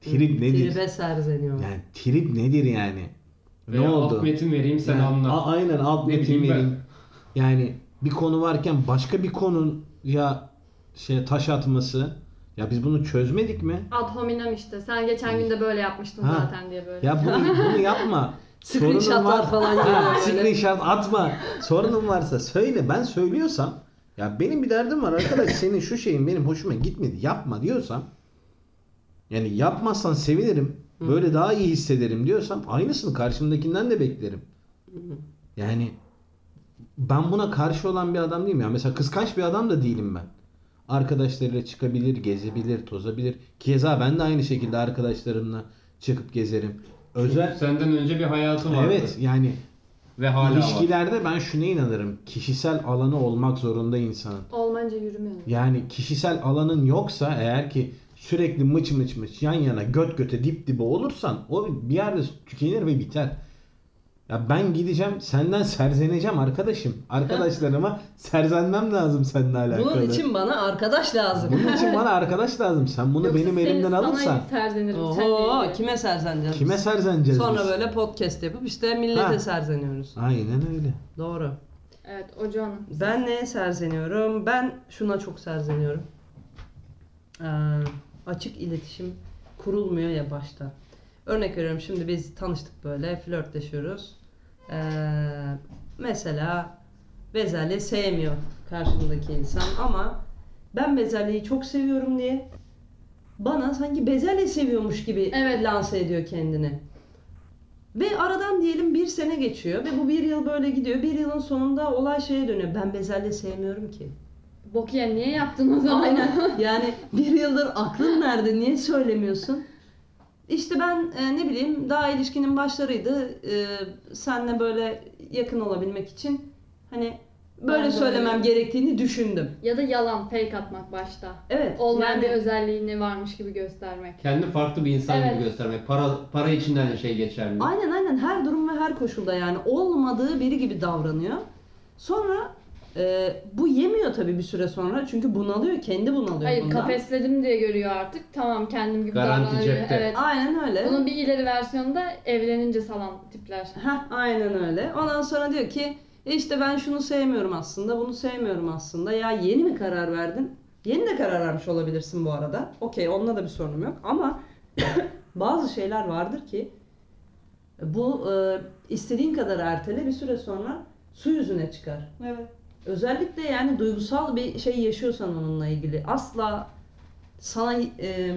[SPEAKER 1] Trip nedir?
[SPEAKER 2] Tribe serzeniyor.
[SPEAKER 1] Yani trip nedir yani? Ne
[SPEAKER 4] Veya
[SPEAKER 1] oldu?
[SPEAKER 4] Alt metin vereyim sen
[SPEAKER 1] Yani,
[SPEAKER 4] anla.
[SPEAKER 1] a- aynen alt
[SPEAKER 4] Ne
[SPEAKER 1] metin
[SPEAKER 4] bileyim ben.
[SPEAKER 1] vereyim. Yani bir konu varken başka bir konuya şey taş atması. Ya biz bunu çözmedik mi?
[SPEAKER 3] Ad hominem işte. Sen geçen gün de böyle yapmıştın
[SPEAKER 1] Ha.
[SPEAKER 3] zaten diye böyle.
[SPEAKER 1] Ya bunu, bunu yapma. Sorunun
[SPEAKER 2] Screenshotlar
[SPEAKER 1] var.
[SPEAKER 2] falan
[SPEAKER 1] Ha,
[SPEAKER 2] geliyor böyle.
[SPEAKER 1] Screenshot atma. Sorunun varsa söyle. Ben söylüyorsam ya benim bir derdim var arkadaş senin şu şeyin benim hoşuma gitmedi yapma diyorsam yani yapmazsan sevinirim. Böyle daha iyi hissederim diyorsam aynısını karşımdakinden de beklerim. Yani ben buna karşı olan bir adam değilim. ya. mesela kıskanç bir adam da değilim ben. Arkadaşlarıyla çıkabilir, gezebilir, tozabilir. Keza ben de aynı şekilde arkadaşlarımla çıkıp gezerim. Özel
[SPEAKER 4] Senden önce bir hayatı vardı.
[SPEAKER 1] Evet yani
[SPEAKER 4] Ve hala var.
[SPEAKER 1] ilişkilerde ben şuna inanırım. Kişisel alanı olmak zorunda insanın.
[SPEAKER 3] Olmanca yürümüyor.
[SPEAKER 1] Yani kişisel alanın yoksa eğer ki sürekli mıç mıç mıç yan yana göt göte dip dibe olursan o bir yerde tükenir ve biter. Ya ben gideceğim senden serzeneceğim arkadaşım. Arkadaşlarıma serzenmem lazım seninle alakalı.
[SPEAKER 2] Bunun için bana arkadaş lazım.
[SPEAKER 1] Bunun için bana arkadaş lazım. Sen bunu
[SPEAKER 3] Yoksa
[SPEAKER 1] benim
[SPEAKER 3] seni-
[SPEAKER 1] elimden
[SPEAKER 3] sana
[SPEAKER 1] alırsan
[SPEAKER 3] terzenirim seninle
[SPEAKER 2] Oho
[SPEAKER 3] ilgili.
[SPEAKER 2] kime serzeneceğiz?
[SPEAKER 1] kime
[SPEAKER 2] biz?
[SPEAKER 1] serzeneceğiz
[SPEAKER 2] Sonra
[SPEAKER 1] biz?
[SPEAKER 2] böyle podcast yapıp işte millete
[SPEAKER 1] Ha.
[SPEAKER 2] serzeniyoruz.
[SPEAKER 1] Aynen öyle.
[SPEAKER 2] Doğru.
[SPEAKER 3] Evet o John.
[SPEAKER 2] Ben neye serzeniyorum? Ben şuna çok serzeniyorum. Ee, açık iletişim kurulmuyor ya başta. Örnek veriyorum şimdi biz tanıştık böyle flörtleşiyoruz. Ee, mesela Bezelye sevmiyor karşımdaki insan ama ben Bezelye'yi çok seviyorum diye bana sanki Bezelye seviyormuş gibi
[SPEAKER 3] Evet.
[SPEAKER 2] lanse ediyor kendini. Ve aradan diyelim bir sene geçiyor ve bu bir yıl böyle gidiyor. Bir yılın sonunda olay şeye dönüyor. Ben bezelye sevmiyorum ki.
[SPEAKER 3] Bok yiyen niye yaptın o zaman?
[SPEAKER 2] yani bir yıldır aklın nerede? Niye söylemiyorsun? İşte ben e, ne bileyim daha ilişkinin başlarıydı. E, senle böyle yakın olabilmek için hani böyle
[SPEAKER 3] Ben de
[SPEAKER 2] söylemem
[SPEAKER 3] öyle.
[SPEAKER 2] gerektiğini düşündüm.
[SPEAKER 3] ya da yalan fake atmak başta.
[SPEAKER 2] Evet.
[SPEAKER 3] Olmayan
[SPEAKER 2] yani-
[SPEAKER 3] bir özelliğini varmış gibi göstermek.
[SPEAKER 4] Kendi farklı bir insan
[SPEAKER 3] Evet.
[SPEAKER 4] gibi göstermek. Para para için de aynı şey geçerli.
[SPEAKER 2] Aynen aynen her durum ve her koşulda yani olmadığı biri gibi davranıyor. Sonra e, bu yemiyor tabii bir süre sonra çünkü bunalıyor kendi bunalıyor
[SPEAKER 3] Hayır
[SPEAKER 2] bundan.
[SPEAKER 3] kafesledim diye görüyor artık. Tamam kendim gibi
[SPEAKER 4] Garanti
[SPEAKER 3] davranabilirim.
[SPEAKER 4] cepte.
[SPEAKER 3] Evet.
[SPEAKER 2] Aynen öyle.
[SPEAKER 3] Bunun bir ileri versiyonu da evlenince salan tipler.
[SPEAKER 2] Heh, aynen öyle. Ondan sonra diyor ki "E işte ben şunu sevmiyorum aslında, bunu sevmiyorum aslında. Ya yeni mi karar verdin? Yeni de karar vermiş olabilirsin bu arada. Okey, onunla da bir sorunum yok. Ama bazı şeyler vardır ki bu e, istediğin kadar ertele bir süre sonra su yüzüne çıkar.
[SPEAKER 3] Evet.
[SPEAKER 2] Özellikle yani duygusal bir şey yaşıyorsan onunla ilgili asla sana e,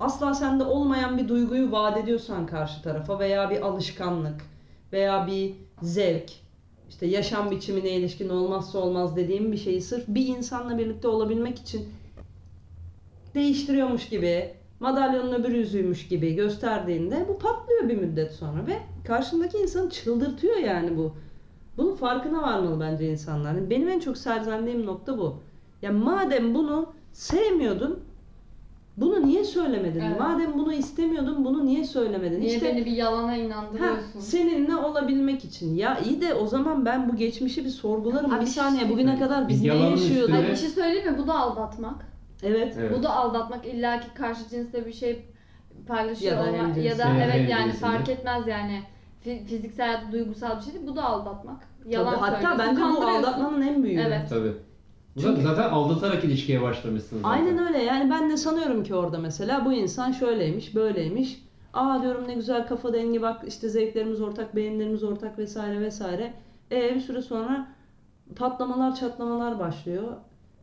[SPEAKER 2] asla sende olmayan bir duyguyu vaat ediyorsan karşı tarafa veya bir alışkanlık veya bir zevk işte yaşam biçimine ilişkin olmazsa olmaz dediğim bir şeyi sırf bir insanla birlikte olabilmek için değiştiriyormuş gibi madalyonun öbür yüzüymüş gibi gösterdiğinde bu patlıyor bir müddet sonra ve karşındaki insanı çıldırtıyor yani bu. Bunun farkına varmalı bence insanlar. Yani Benim en çok serzendiğim nokta bu. Ya madem bunu sevmiyordun bunu niye söylemedin?
[SPEAKER 3] Evet.
[SPEAKER 2] Madem bunu istemiyordun bunu niye söylemedin?
[SPEAKER 3] Niye
[SPEAKER 2] İşte-
[SPEAKER 3] beni bir yalana
[SPEAKER 2] Ha,
[SPEAKER 3] inandırıyorsun?
[SPEAKER 2] seninle olabilmek için. Ya iyi de o zaman ben bu geçmişi bir sorgularım.
[SPEAKER 3] Abi
[SPEAKER 2] bir
[SPEAKER 3] bir şey
[SPEAKER 2] saniye bugüne
[SPEAKER 4] söyleyeyim.
[SPEAKER 2] kadar
[SPEAKER 4] Bir
[SPEAKER 2] biz ne
[SPEAKER 4] yalanın
[SPEAKER 2] yaşıyorduk?
[SPEAKER 4] üstüne-
[SPEAKER 3] Ay bir şey söyleyeyim mi? Bu da aldatmak.
[SPEAKER 2] Evet.
[SPEAKER 4] Evet.
[SPEAKER 3] Bu da aldatmak illaki karşı cinsle bir şey paylaşıyor
[SPEAKER 2] Ya da
[SPEAKER 3] olma-
[SPEAKER 2] hem
[SPEAKER 3] ya da
[SPEAKER 4] cinsinde.
[SPEAKER 3] evet
[SPEAKER 4] Hem
[SPEAKER 3] yani
[SPEAKER 4] cinsinde.
[SPEAKER 3] fark etmez yani Fi- fiziksel ya da duygusal bir şey değil. Bu da aldatmak. Yalan
[SPEAKER 2] Tabii, hatta
[SPEAKER 3] söylüyorsun,
[SPEAKER 2] bence bu
[SPEAKER 3] kandırıyorsun.
[SPEAKER 2] aldatmanın en büyüğü.
[SPEAKER 3] Evet.
[SPEAKER 4] Tabii. Bu da
[SPEAKER 2] Çünkü-
[SPEAKER 4] zaten aldatarak ilişkiye başlamışsın zaten.
[SPEAKER 2] Aynen öyle. Yani ben de sanıyorum ki orada mesela bu insan şöyleymiş, böyleymiş. Aa diyorum ne güzel kafa dengi bak işte zevklerimiz ortak, beğenilerimiz ortak vesaire vesaire. E bir süre sonra patlamalar, çatlamalar başlıyor.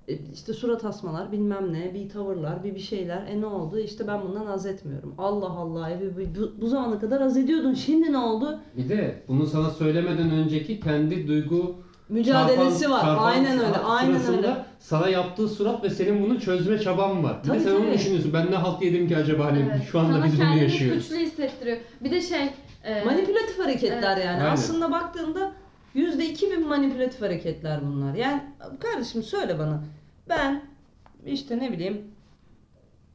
[SPEAKER 2] E, işte surat asmalar, bilmem ne, bir tavırlar, bir bir şeyler. E ne oldu? İşte ben bundan haz etmiyorum. Allah Allah. e, bu- bu, bu zamana kadar haz ediyordun. Şimdi ne oldu?
[SPEAKER 4] Bir de bunu sana söylemeden önceki kendi duygu
[SPEAKER 2] mücadelesi
[SPEAKER 4] çarpan-
[SPEAKER 2] var.
[SPEAKER 4] çarpan
[SPEAKER 2] aynen öyle.
[SPEAKER 4] sıra-
[SPEAKER 2] Aynen
[SPEAKER 4] sırasında
[SPEAKER 2] öyle.
[SPEAKER 4] Sana yaptığı surat ve senin bunu çözme çaban var. Bir de
[SPEAKER 2] Tabii,
[SPEAKER 4] sen onu
[SPEAKER 2] tabii.
[SPEAKER 4] düşünüyorsun. Ben ne halt yedim ki acaba hani
[SPEAKER 3] Evet.
[SPEAKER 4] şu anda
[SPEAKER 3] Sana
[SPEAKER 4] biz bunu
[SPEAKER 3] kendini
[SPEAKER 4] yaşıyoruz.
[SPEAKER 3] suçlu hissettiriyor. Bir de şey... e,
[SPEAKER 2] Manipülatif hareketler yani.
[SPEAKER 4] Aynen.
[SPEAKER 2] Aslında baktığında yüzde iki bin manipülatif hareketler bunlar. Yani kardeşim söyle bana. Ben işte ne bileyim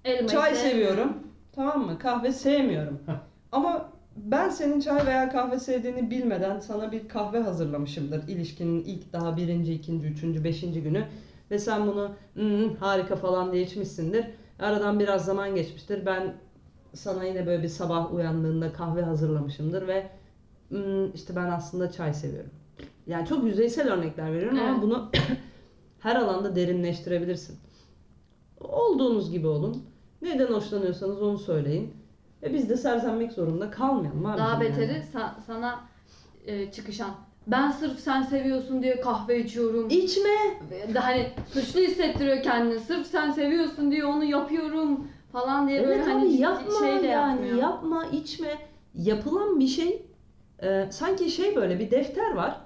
[SPEAKER 3] elmayı
[SPEAKER 2] Çay
[SPEAKER 3] sev-
[SPEAKER 2] seviyorum. Tamam mı? Kahve sevmiyorum. Ama ben senin çay veya kahve sevdiğini bilmeden sana bir kahve hazırlamışımdır. İlişkinin ilk daha birinci, ikinci, üçüncü, beşinci günü. Ve sen bunu "Hmm, harika falan diye içmişsindir. Aradan biraz zaman geçmiştir. Ben sana yine böyle bir sabah uyandığında kahve hazırlamışımdır ve "Hmm, işte ben aslında çay seviyorum. Yani çok yüzeysel örnekler veriyorum ama
[SPEAKER 3] Evet.
[SPEAKER 2] bunu her alanda derinleştirebilirsin. Olduğunuz gibi olun. Neden hoşlanıyorsanız onu söyleyin. Ve biz de serzenmek zorunda kalmayalım abi.
[SPEAKER 3] Daha
[SPEAKER 2] Yani.
[SPEAKER 3] beteri sa- sana e, çıkışan. Ben sırf sen seviyorsun diye kahve içiyorum.
[SPEAKER 2] İçme.
[SPEAKER 3] Ve de Hani suçlu hissettiriyor kendini. Sırf sen seviyorsun diye onu yapıyorum falan diye böyle
[SPEAKER 2] Evet
[SPEAKER 3] hani
[SPEAKER 2] abi
[SPEAKER 3] ciddi
[SPEAKER 2] yapma
[SPEAKER 3] şey de
[SPEAKER 2] yani
[SPEAKER 3] yapmıyor.
[SPEAKER 2] yapma içme. Yapılan bir şey e, sanki şey böyle bir defter var.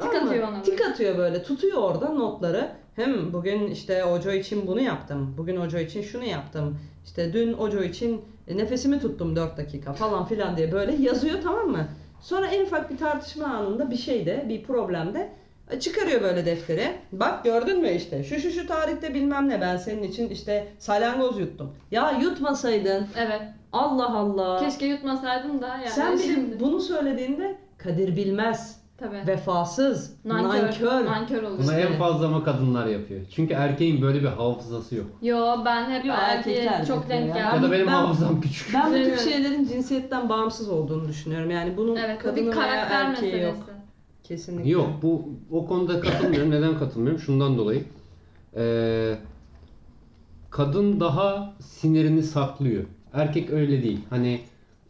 [SPEAKER 3] Tik
[SPEAKER 2] mı?
[SPEAKER 3] atıyor ona
[SPEAKER 2] Tik atıyor böyle tutuyor orada notları. Hem bugün işte Ojo için bunu yaptım. Bugün Ojo için şunu yaptım. İşte dün Ojo için e, nefesimi tuttum 4 dakika falan filan diye böyle yazıyor tamam mı? Sonra en ufak bir tartışma anında bir şeyde, bir problemde e, çıkarıyor böyle defteri. Bak gördün mü işte şu şu şu tarihte bilmem ne ben senin için işte salyangoz yuttum. Ya yutmasaydın.
[SPEAKER 3] Evet.
[SPEAKER 2] Allah Allah.
[SPEAKER 3] Keşke yutmasaydım da yani.
[SPEAKER 2] Sen bir
[SPEAKER 3] şimdi-
[SPEAKER 2] de bunu söylediğinde Kadir bilmez,
[SPEAKER 3] Tabii.
[SPEAKER 2] vefasız,
[SPEAKER 3] Nankör. Nankör,
[SPEAKER 2] nankör.
[SPEAKER 3] oluyor.
[SPEAKER 4] Bunu
[SPEAKER 3] işte.
[SPEAKER 4] en fazla ama kadınlar yapıyor. Çünkü erkeğin böyle bir hafızası yok.
[SPEAKER 3] Yo ben hep
[SPEAKER 2] Yo,
[SPEAKER 3] erkeğe
[SPEAKER 2] erkekler
[SPEAKER 3] çok
[SPEAKER 2] yapıyor
[SPEAKER 3] denk
[SPEAKER 2] ya.
[SPEAKER 4] Ya
[SPEAKER 3] geldim.
[SPEAKER 4] da benim
[SPEAKER 2] ben-
[SPEAKER 4] hafızam küçük.
[SPEAKER 2] Ben bu tip
[SPEAKER 3] Bilemiyorum.
[SPEAKER 2] şeylerin cinsiyetten bağımsız olduğunu düşünüyorum. Yani bunun
[SPEAKER 3] Evet bu
[SPEAKER 2] kadını
[SPEAKER 3] bir
[SPEAKER 2] veya
[SPEAKER 3] karakter
[SPEAKER 2] erkeği
[SPEAKER 3] meselesi.
[SPEAKER 2] yok. Kesinlikle.
[SPEAKER 4] Yok bu o konuda katılmıyorum. Neden katılmıyorum? Şundan dolayı. Ee, kadın daha sinirini saklıyor. Erkek öyle değil. Hani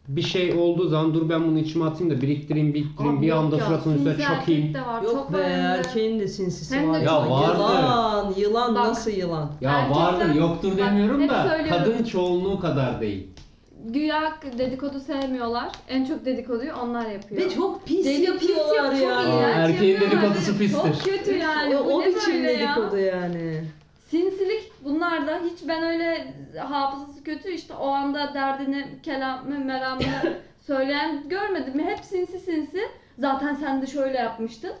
[SPEAKER 4] bir şey olduğu zaman dur ben bunu içime atayım da biriktireyim biriktireyim
[SPEAKER 3] Abi
[SPEAKER 4] bir
[SPEAKER 3] yok
[SPEAKER 4] anda
[SPEAKER 3] ya,
[SPEAKER 4] suratının üstüne
[SPEAKER 3] sinsi erkek
[SPEAKER 4] çakayım.
[SPEAKER 3] de var,
[SPEAKER 2] Yok
[SPEAKER 3] çok
[SPEAKER 2] be
[SPEAKER 3] var hem de.
[SPEAKER 2] erkeğin de sinsisi
[SPEAKER 3] Hem de
[SPEAKER 2] var.
[SPEAKER 3] Ya
[SPEAKER 4] çok- vardı.
[SPEAKER 2] Yılan, yılan
[SPEAKER 3] Bak.
[SPEAKER 2] nasıl yılan?
[SPEAKER 4] Ya
[SPEAKER 3] Erkekler-
[SPEAKER 4] vardır yoktur
[SPEAKER 3] Bak,
[SPEAKER 4] demiyorum
[SPEAKER 3] hep
[SPEAKER 4] da
[SPEAKER 3] söylüyorum.
[SPEAKER 4] kadın çoğunluğu kadar değil.
[SPEAKER 3] Güya dedikodu sevmiyorlar. En çok dedikoduyu onlar yapıyor.
[SPEAKER 2] Ve çok pis
[SPEAKER 3] Deli-
[SPEAKER 2] yapıyorlar
[SPEAKER 3] pis
[SPEAKER 2] ya.
[SPEAKER 3] yap- çok
[SPEAKER 4] Aa,
[SPEAKER 3] iğrenç
[SPEAKER 4] erkeğin
[SPEAKER 3] yapıyorlar.
[SPEAKER 4] dedikodusu pistir.
[SPEAKER 3] Çok kötü yani.
[SPEAKER 2] o,
[SPEAKER 3] Bu
[SPEAKER 2] o
[SPEAKER 3] ne
[SPEAKER 2] biçim
[SPEAKER 3] böyle ya?
[SPEAKER 2] dedikodu yani.
[SPEAKER 3] Sinsilik bunlarda hiç ben öyle hafızası kötü işte o anda derdini kelamı meramını söyleyen görmedim. Hep sinsi sinsi. Zaten sen de şöyle yapmıştın.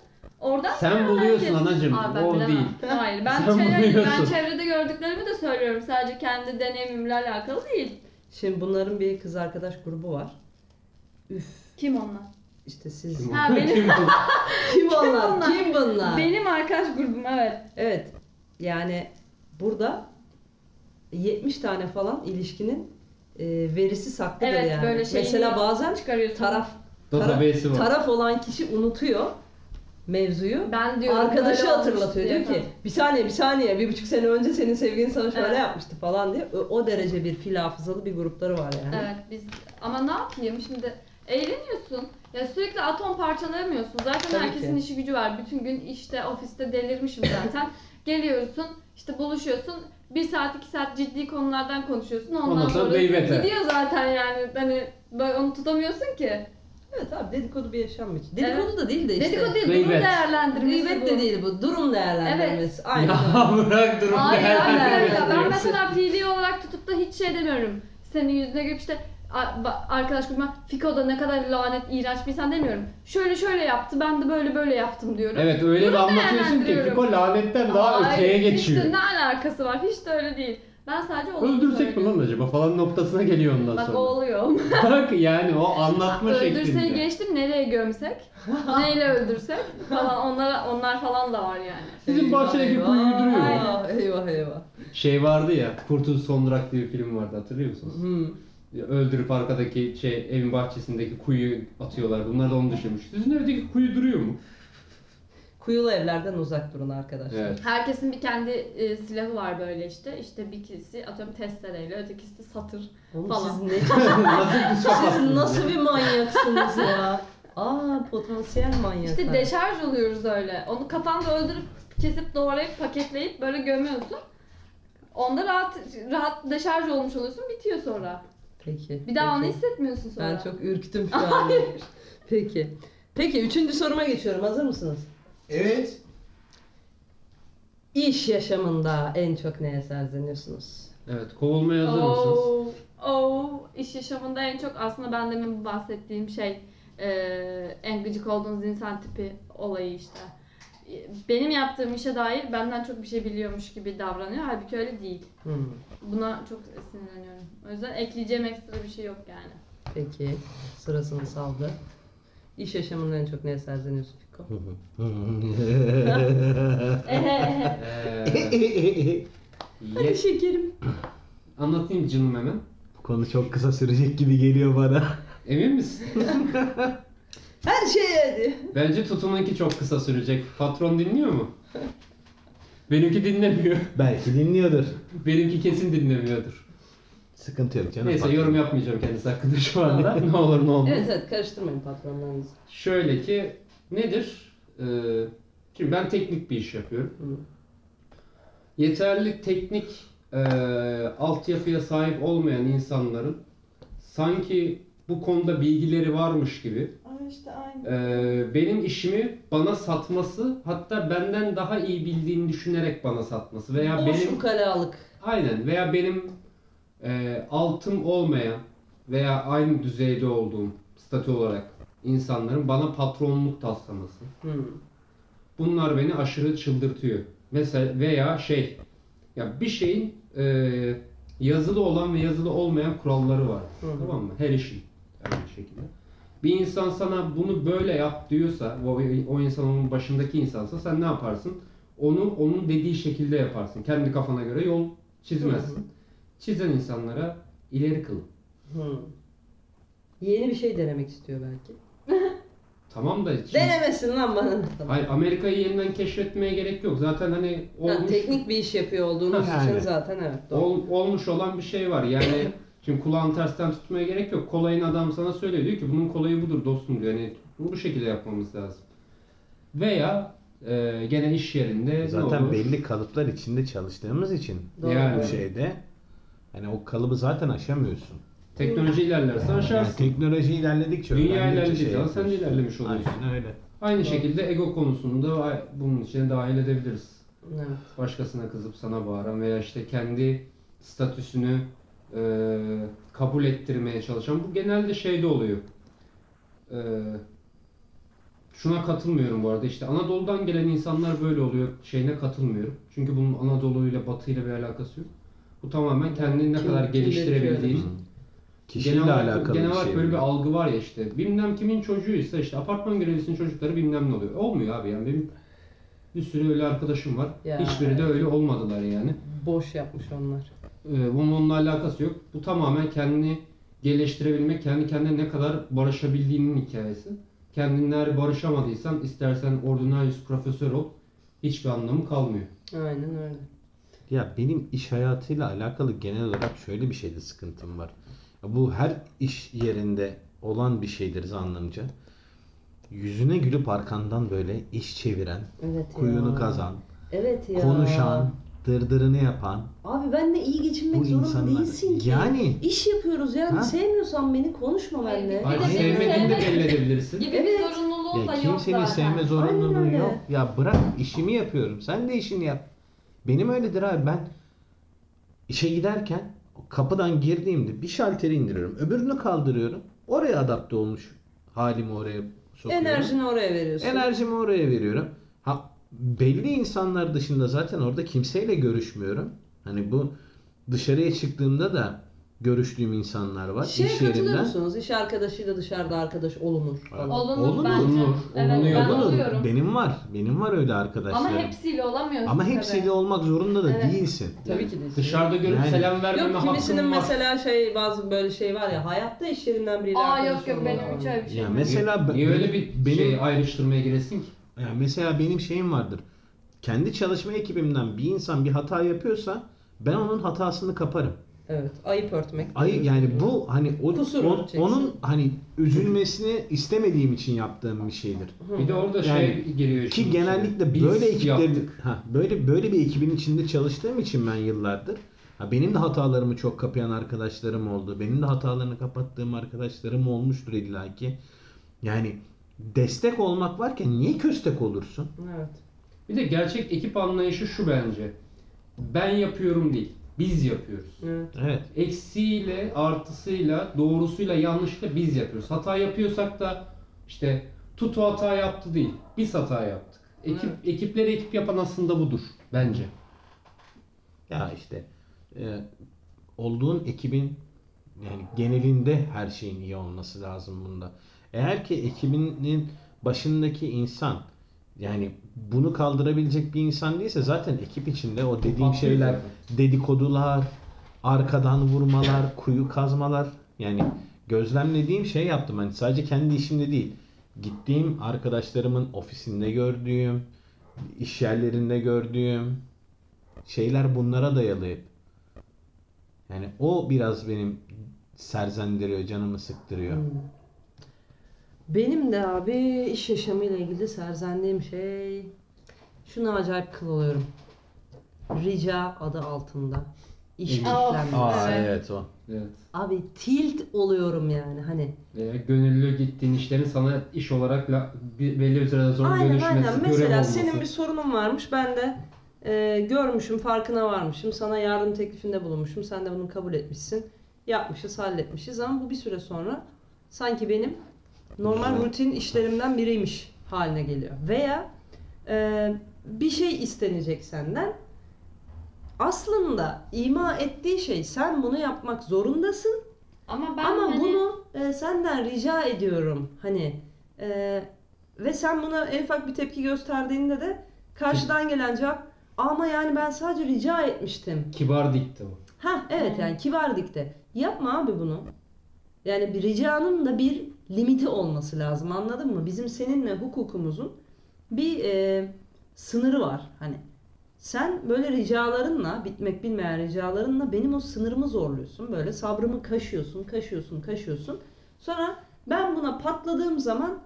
[SPEAKER 3] Oradan
[SPEAKER 4] Sen
[SPEAKER 3] biliyor
[SPEAKER 4] buluyorsun
[SPEAKER 3] herkes.
[SPEAKER 4] anacığım,
[SPEAKER 3] Aa, ben
[SPEAKER 4] o
[SPEAKER 3] bilemem.
[SPEAKER 4] değil.
[SPEAKER 3] Hayır ben,
[SPEAKER 4] Sen
[SPEAKER 3] çevre, ben
[SPEAKER 4] buluyorsun.
[SPEAKER 3] çevrede gördüklerimi de söylüyorum. Sadece kendi deneyimimle alakalı değil.
[SPEAKER 2] Şimdi bunların bir kız arkadaş grubu var. Üf
[SPEAKER 3] Kim onlar?
[SPEAKER 2] işte siz.
[SPEAKER 4] Kim
[SPEAKER 3] Ha,
[SPEAKER 4] o?
[SPEAKER 3] benim-
[SPEAKER 4] Kim
[SPEAKER 2] Kim
[SPEAKER 4] o?
[SPEAKER 2] onlar?
[SPEAKER 3] onlar?
[SPEAKER 2] Kim bunlar?
[SPEAKER 3] Benim arkadaş grubum evet.
[SPEAKER 2] Evet. Yani burada 70 tane falan ilişkinin e, verisi saklıdır
[SPEAKER 3] Evet,
[SPEAKER 2] yani.
[SPEAKER 3] böyle şeyini-
[SPEAKER 2] Mesela bazen
[SPEAKER 3] Çıkarıyorsun.
[SPEAKER 2] taraf
[SPEAKER 4] Database'i var.
[SPEAKER 2] taraf olan kişi unutuyor mevzuyu.
[SPEAKER 3] Ben diyorum.
[SPEAKER 2] Arkadaşı
[SPEAKER 3] böyle
[SPEAKER 2] hatırlatıyor. Diyor
[SPEAKER 3] olmuş diye.
[SPEAKER 2] ki bir saniye bir saniye bir buçuk sene önce senin sevgilin sana şöyle
[SPEAKER 3] Evet.
[SPEAKER 2] yapmıştı falan diye. O, o derece bir fil hafızalı bir grupları var yani.
[SPEAKER 3] Evet biz ama ne yapayım şimdi eğleniyorsun. Ya sürekli atom parçalayamıyorsun. Zaten
[SPEAKER 2] Tabii
[SPEAKER 3] herkesin
[SPEAKER 2] ki.
[SPEAKER 3] işi gücü var. Bütün gün işte ofiste delirmişim zaten. Geliyorsun işte buluşuyorsun. Bir saat iki saat ciddi konulardan konuşuyorsun. Ondan,
[SPEAKER 4] Ondan sonra
[SPEAKER 3] sonra
[SPEAKER 4] gıybete.
[SPEAKER 3] gidiyor zaten yani. Hani böyle onu tutamıyorsun ki.
[SPEAKER 2] Evet abi dedikodu bir yaşam biçimi. Dedikodu da değil de işte.
[SPEAKER 3] Dedikodu değil, durum
[SPEAKER 4] Gıybet.
[SPEAKER 3] değerlendirmesi
[SPEAKER 2] Gıybet
[SPEAKER 3] bu.
[SPEAKER 2] de değil bu. Durum değerlendirmesi. Aynen.
[SPEAKER 4] Ya bırak durum
[SPEAKER 3] Hayır hayır, hayır.
[SPEAKER 2] Değerlendirmesi.
[SPEAKER 3] Ben mesela fiili olarak tutup da hiç şey demiyorum. Senin yüzüne girip işte "A- ba- arkadaş grubuma Fiko'da ne kadar lanet, iğrenç bir insan demiyorum. Şöyle şöyle yaptı, ben de böyle böyle yaptım diyorum.
[SPEAKER 4] Evet öyle bir anlatıyorsun ki
[SPEAKER 3] değerlendiriyorum.
[SPEAKER 4] Fiko lanetten daha
[SPEAKER 3] Hayır,
[SPEAKER 4] öteye geçiyor.
[SPEAKER 3] Hiç de ne alakası var, hiç de öyle değil. Ben sadece onu
[SPEAKER 4] Öldürsek mi lan acaba falan noktasına geliyor ondan
[SPEAKER 3] Bak o
[SPEAKER 4] sonra.
[SPEAKER 3] oluyor.
[SPEAKER 4] Bak yani o anlatma
[SPEAKER 3] Öldürseyi
[SPEAKER 4] şeklinde.
[SPEAKER 3] geçtim, nereye gömsek, neyle öldürsek falan onlar, onlar falan da var yani.
[SPEAKER 4] Bizim bahçedeki
[SPEAKER 2] Eyvah,
[SPEAKER 4] kuyuyu duruyor.
[SPEAKER 2] Eyvah eyvah. eyvah.
[SPEAKER 4] Şey vardı ya Kurtuluş Son Durak diye bir film vardı hatırlıyor musunuz?
[SPEAKER 2] Hmm.
[SPEAKER 4] Öldürüp arkadaki şey evin bahçesindeki kuyuyu atıyorlar. Bunlar da onu düşünmüş. Sizin evdeki kuyu duruyor mu?
[SPEAKER 2] Kuyulu evlerden uzak durun arkadaşlar.
[SPEAKER 4] Evet.
[SPEAKER 3] Herkesin bir kendi e, silahı var böyle işte. İşte birisi atıyorum testereyle, ötekisi de satır.
[SPEAKER 2] Oğlum
[SPEAKER 3] Falan.
[SPEAKER 2] siz ne
[SPEAKER 4] nasıl
[SPEAKER 2] siz
[SPEAKER 4] psikopatsınız
[SPEAKER 2] nasıl
[SPEAKER 4] ya?
[SPEAKER 2] bir manyaksınız ya? Aa potansiyel manyaklar.
[SPEAKER 3] İşte deşarj oluyoruz öyle. Onu kafanda öldürüp kesip doğrayıp paketleyip böyle gömüyorsun. Onda rahat rahat deşarj olmuş oluyorsun bitiyor sonra.
[SPEAKER 2] Peki.
[SPEAKER 3] Bir daha onu
[SPEAKER 2] peki.
[SPEAKER 3] hissetmiyorsun sonra.
[SPEAKER 2] Ben çok ürktüm şu an. Peki. Peki üçüncü soruma geçiyorum. Hazır mısınız?
[SPEAKER 5] Evet.
[SPEAKER 2] İş yaşamında en çok neye serzeniyorsunuz?
[SPEAKER 4] Evet kovulmaya hazır mısınız?
[SPEAKER 3] Oo, oo, iş yaşamında en çok aslında ben demin bahsettiğim şey e, en gıcık olduğunuz insan tipi olayı işte. E, Benim yaptığım işe dair benden çok bir şey biliyormuş gibi davranıyor. Halbuki öyle değil.
[SPEAKER 2] Hmm,
[SPEAKER 3] Buna çok sinirleniyorum. O yüzden ekleyeceğim ekstra bir şey yok yani.
[SPEAKER 2] Peki sırasını saldı. İş yaşamında en çok neye serzeniyorsun Fiko?
[SPEAKER 3] Ehe,
[SPEAKER 4] Ee,
[SPEAKER 2] Hadi
[SPEAKER 4] ye-
[SPEAKER 2] şekerim.
[SPEAKER 4] anlatayım canım hemen.
[SPEAKER 1] Bu konu çok kısa sürecek gibi geliyor bana.
[SPEAKER 4] Emin misin?
[SPEAKER 2] Her şey.
[SPEAKER 4] Bence tutumunki çok kısa sürecek. Patron dinliyor mu? Benimki dinlemiyor.
[SPEAKER 1] Belki dinliyordur.
[SPEAKER 4] Benimki kesin dinlemiyordur.
[SPEAKER 1] Sıkıntı yok canım.
[SPEAKER 4] Neyse
[SPEAKER 1] Bak.
[SPEAKER 4] yorum yapmayacağım kendisi hakkında şu anda. ne olur ne olmaz.
[SPEAKER 2] Evet evet karıştırmayın patronlarınızı.
[SPEAKER 4] Şöyle ki nedir? Ee, şimdi ben teknik bir iş yapıyorum.
[SPEAKER 2] Hı.
[SPEAKER 4] Yeterli teknik e, altyapıya sahip olmayan insanların sanki bu konuda bilgileri varmış gibi
[SPEAKER 2] Aa işte aynı.
[SPEAKER 4] Ee, benim işimi bana satması hatta benden daha iyi bildiğini düşünerek bana satması
[SPEAKER 2] Boş
[SPEAKER 4] veya benim
[SPEAKER 2] ukalalık.
[SPEAKER 4] aynen veya benim e, altım olmayan veya aynı düzeyde olduğum statü olarak insanların bana patronluk taslaması.
[SPEAKER 2] Hmm.
[SPEAKER 4] Bunlar beni aşırı çıldırtıyor. Mesela veya şey ya bir şeyin e, yazılı olan ve yazılı olmayan kuralları var.
[SPEAKER 2] Hı hı.
[SPEAKER 4] Tamam mı? Her işin aynı şekilde. Bir insan sana bunu böyle yap diyorsa, o, o insan onun başındaki insansa sen ne yaparsın? Onu onun dediği şekilde yaparsın. Kendi kafana göre yol çizmezsin.
[SPEAKER 2] Hı
[SPEAKER 4] Çizen insanlara ileri kılın.
[SPEAKER 2] Hmm. Yeni bir şey denemek istiyor belki.
[SPEAKER 4] Tamam da şimdi-
[SPEAKER 2] Denemesin lan bana. Tamam.
[SPEAKER 4] Hayır, Amerika'yı yeniden keşfetmeye gerek yok. Zaten hani
[SPEAKER 2] Ha,
[SPEAKER 4] olmuş-
[SPEAKER 2] teknik bir iş yapıyor olduğunuz
[SPEAKER 1] Ha,
[SPEAKER 2] için
[SPEAKER 1] yani.
[SPEAKER 2] zaten evet doğru.
[SPEAKER 4] Ol- olmuş olan bir şey var. Yani şimdi kulağın tersten tutmaya gerek yok. Kolayın adam sana söylüyor. Diyor ki bunun kolayı budur dostum diyor. Yani bunu bu şekilde yapmamız lazım. Veya e, gene iş yerinde ne
[SPEAKER 1] Zaten
[SPEAKER 4] olur?
[SPEAKER 1] belli kalıplar içinde çalıştığımız için
[SPEAKER 2] Doğru.
[SPEAKER 1] bu
[SPEAKER 4] Yani.
[SPEAKER 1] şeyde hani o kalıbı zaten aşamıyorsun.
[SPEAKER 4] Teknoloji ilerlerse
[SPEAKER 1] Yani
[SPEAKER 4] aşarsın.
[SPEAKER 1] teknoloji ilerledikçe
[SPEAKER 4] Dünya
[SPEAKER 1] öğrendikçe şey
[SPEAKER 4] ilerlediği zaman sen de
[SPEAKER 1] yapıyorsun.
[SPEAKER 4] ilerlemiş oluyorsun.
[SPEAKER 1] Aynen öyle.
[SPEAKER 4] Aynı şekilde ego konusunda a- bunun içine dahil edebiliriz.
[SPEAKER 2] Evet.
[SPEAKER 4] Başkasına kızıp sana bağıran veya işte kendi statüsünü e, kabul ettirmeye çalışan bu genelde şeyde oluyor. E, şuna katılmıyorum bu arada işte Anadolu'dan gelen insanlar böyle oluyor şeyine katılmıyorum. Çünkü bunun Anadolu ile Batı ile bir alakası yok. Bu tamamen kendini ne
[SPEAKER 2] Kim-
[SPEAKER 4] kadar
[SPEAKER 2] kim
[SPEAKER 4] geliştirebildiğin,
[SPEAKER 1] Hı. Kişiyle
[SPEAKER 4] genel olarak,
[SPEAKER 1] alakalı
[SPEAKER 4] genel
[SPEAKER 1] bir
[SPEAKER 4] olarak
[SPEAKER 1] şey.
[SPEAKER 4] böyle bir
[SPEAKER 1] bu.
[SPEAKER 4] algı var ya işte. Bilmem kimin çocuğuysa işte apartman görevlisinin çocukları bilmem ne oluyor. Olmuyor abi yani benim bir sürü öyle arkadaşım var.
[SPEAKER 2] Ya.
[SPEAKER 4] Hiçbiri de öyle olmadılar yani.
[SPEAKER 2] Boş yapmış onlar.
[SPEAKER 4] Ee, bunun onunla alakası yok. Bu tamamen kendini geliştirebilmek, kendi kendine ne kadar barışabildiğinin hikayesi. Kendinle eğer barışamadıysan istersen ordinarius profesör ol. Hiçbir anlamı kalmıyor.
[SPEAKER 2] Aynen öyle.
[SPEAKER 1] Ya benim iş hayatıyla alakalı genel olarak şöyle bir şeyde sıkıntım var. Ya Bu her iş yerinde olan bir şeydir zannımca. Yüzüne gülüp arkandan böyle iş çeviren,
[SPEAKER 2] Evet ya.
[SPEAKER 1] kuyunu kazan,
[SPEAKER 2] Evet ya.
[SPEAKER 1] konuşan, dırdırını yapan
[SPEAKER 2] Abi benle iyi geçinmek
[SPEAKER 1] Bu
[SPEAKER 2] zorunda
[SPEAKER 1] insanlar-
[SPEAKER 2] değilsin ki.
[SPEAKER 1] Yani.
[SPEAKER 2] İş yapıyoruz yani.
[SPEAKER 1] Ha?
[SPEAKER 2] Sevmiyorsan beni konuşma
[SPEAKER 3] Hayır,
[SPEAKER 2] benimle.
[SPEAKER 3] bir
[SPEAKER 4] Hayır,
[SPEAKER 3] de beni
[SPEAKER 4] sevmediğini de
[SPEAKER 3] sevmek-
[SPEAKER 4] belli edebilirsin.
[SPEAKER 3] Gibi
[SPEAKER 2] Evet.
[SPEAKER 3] bir zorunluluğu da
[SPEAKER 1] Ya
[SPEAKER 3] yok
[SPEAKER 1] kimsenin
[SPEAKER 3] zaten.
[SPEAKER 1] sevme
[SPEAKER 2] Aynen
[SPEAKER 1] zorunluluğu
[SPEAKER 2] öyle.
[SPEAKER 1] yok. Ya bırak işimi yapıyorum. Sen de işini yap. Benim öyledir abi. Ben işe giderken kapıdan girdiğimde bir şalteri indiriyorum. Öbürünü kaldırıyorum. Oraya adapte olmuş halimi oraya sokuyorum.
[SPEAKER 2] Enerjini oraya veriyorsun.
[SPEAKER 1] Enerjimi oraya veriyorum. Ha, belli insanlar dışında zaten orada kimseyle görüşmüyorum. Hani bu dışarıya çıktığımda da görüştüğüm insanlar var.
[SPEAKER 2] Şeye
[SPEAKER 1] iş
[SPEAKER 2] katılıyor
[SPEAKER 1] yerinden.
[SPEAKER 2] musunuz? İş arkadaşıyla dışarıda arkadaş olunur falan.
[SPEAKER 1] Ol-
[SPEAKER 3] Olunur,
[SPEAKER 1] Olunur,
[SPEAKER 3] bence.
[SPEAKER 4] olunur,
[SPEAKER 3] Evet, ben
[SPEAKER 4] oluyor.
[SPEAKER 1] Olur.
[SPEAKER 3] oluyorum.
[SPEAKER 1] Benim var. Benim var öyle arkadaşlarım.
[SPEAKER 3] Ama hepsiyle olamıyorsun
[SPEAKER 1] Ama
[SPEAKER 3] tabii.
[SPEAKER 1] hepsiyle olmak zorunda da
[SPEAKER 3] Evet.
[SPEAKER 1] değilsin.
[SPEAKER 2] Tabii ki de.
[SPEAKER 4] Dışarıda görüp
[SPEAKER 1] Yani.
[SPEAKER 4] selam vermeme
[SPEAKER 2] Yok kimisinin
[SPEAKER 4] hakkın var.
[SPEAKER 2] mesela şey bazı böyle şey var ya hayatta iş yerinden biriyle
[SPEAKER 3] Aa
[SPEAKER 2] arkadaş
[SPEAKER 3] yok yok
[SPEAKER 2] olmalı
[SPEAKER 3] benim
[SPEAKER 2] abi.
[SPEAKER 3] hiç öyle bir şey
[SPEAKER 1] Ya
[SPEAKER 3] yok.
[SPEAKER 1] mesela
[SPEAKER 4] Niye
[SPEAKER 1] be-
[SPEAKER 4] öyle bir
[SPEAKER 1] benim
[SPEAKER 4] şey ayrıştırmaya giresin ki?
[SPEAKER 1] ya mesela benim şeyim vardır. Kendi çalışma ekibimden bir insan bir hata yapıyorsa ben onun hatasını kaparım.
[SPEAKER 2] Evet ayıp örtmek.
[SPEAKER 1] Ay yani bu hani o,
[SPEAKER 2] Kusur
[SPEAKER 1] o-
[SPEAKER 2] örteceksin.
[SPEAKER 1] onun hani üzülmesini istemediğim için yaptığım bir şeydir.
[SPEAKER 2] Hı.
[SPEAKER 4] Bir de orada
[SPEAKER 1] Yani
[SPEAKER 4] şey giriyor.
[SPEAKER 1] Ki
[SPEAKER 4] işin
[SPEAKER 1] genellikle
[SPEAKER 4] içine. Biz
[SPEAKER 1] böyle ekiplerin
[SPEAKER 4] yaptık.
[SPEAKER 1] ha, böyle böyle bir ekibin içinde çalıştığım için ben yıllardır ha, benim de hatalarımı çok kapayan arkadaşlarım oldu. Benim de hatalarını kapattığım arkadaşlarım olmuştur illaki. Yani destek olmak varken niye köstek olursun?
[SPEAKER 2] Evet.
[SPEAKER 4] Bir de gerçek ekip anlayışı şu bence. Ben yapıyorum değil. Biz yapıyoruz.
[SPEAKER 2] Evet.
[SPEAKER 1] Evet.
[SPEAKER 4] Eksiğiyle, artısıyla, doğrusuyla, yanlışıyla biz yapıyoruz. Hata yapıyorsak da işte Tutu hata yaptı değil. Biz hata yaptık. Ekip ekipleri ekip yapan aslında budur bence.
[SPEAKER 1] Ya işte e, olduğun ekibin yani genelinde her şeyin iyi olması lazım bunda. Eğer ki ekibinin başındaki insan yani bunu kaldırabilecek bir insan değilse zaten ekip içinde o dediğim
[SPEAKER 4] Patlıyor
[SPEAKER 1] şeyler
[SPEAKER 4] zaten.
[SPEAKER 1] dedikodular, arkadan vurmalar, kuyu kazmalar. Yani gözlemlediğim şey yaptım. Hani sadece kendi işimde değil. Gittiğim arkadaşlarımın ofisinde gördüğüm, iş yerlerinde gördüğüm şeyler bunlara dayalı hep. Yani o biraz benim serzendiriyor, canımı sıktırıyor.
[SPEAKER 2] Benim de abi iş yaşamıyla ilgili serzendiğim şey şuna acayip kıl oluyorum. Rica adı altında. İş
[SPEAKER 4] Evet.
[SPEAKER 2] yüklenmesi.
[SPEAKER 1] Aa
[SPEAKER 3] Evet.
[SPEAKER 1] evet o.
[SPEAKER 4] Evet.
[SPEAKER 2] Abi tilt oluyorum yani hani.
[SPEAKER 4] Ve Ee, gönüllü gittiğin işlerin sana iş olarak la, bir- belli bir süreden sonra
[SPEAKER 2] aynen
[SPEAKER 4] dönüşmesi,
[SPEAKER 2] aynen.
[SPEAKER 4] görev
[SPEAKER 2] Mesela
[SPEAKER 4] olması.
[SPEAKER 2] senin bir sorunun varmış. Ben de e, görmüşüm, farkına varmışım. Sana yardım teklifinde bulunmuşum. Sen de bunu kabul etmişsin. Yapmışız, halletmişiz ama bu bir süre sonra sanki benim normal rutin işlerimden biriymiş haline geliyor. Veya e, bir şey istenecek senden. Aslında ima ettiği şey sen bunu yapmak zorundasın.
[SPEAKER 3] Ama ben
[SPEAKER 2] Ama
[SPEAKER 3] hani...
[SPEAKER 2] bunu e, senden rica ediyorum hani e, ve sen buna en ufak bir tepki gösterdiğinde de karşıdan gelen cevap ama yani ben sadece rica etmiştim.
[SPEAKER 4] Kibar dikti o.
[SPEAKER 2] Ha evet yani kibardık de yapma abi bunu. Yani bir ricanın da bir limiti olması lazım anladın mı? Bizim seninle hukukumuzun bir e, sınırı var hani. Sen böyle ricalarınla, bitmek bilmeyen ricalarınla benim o sınırımı zorluyorsun. Böyle sabrımı kaşıyorsun, kaşıyorsun, kaşıyorsun. Sonra ben buna patladığım zaman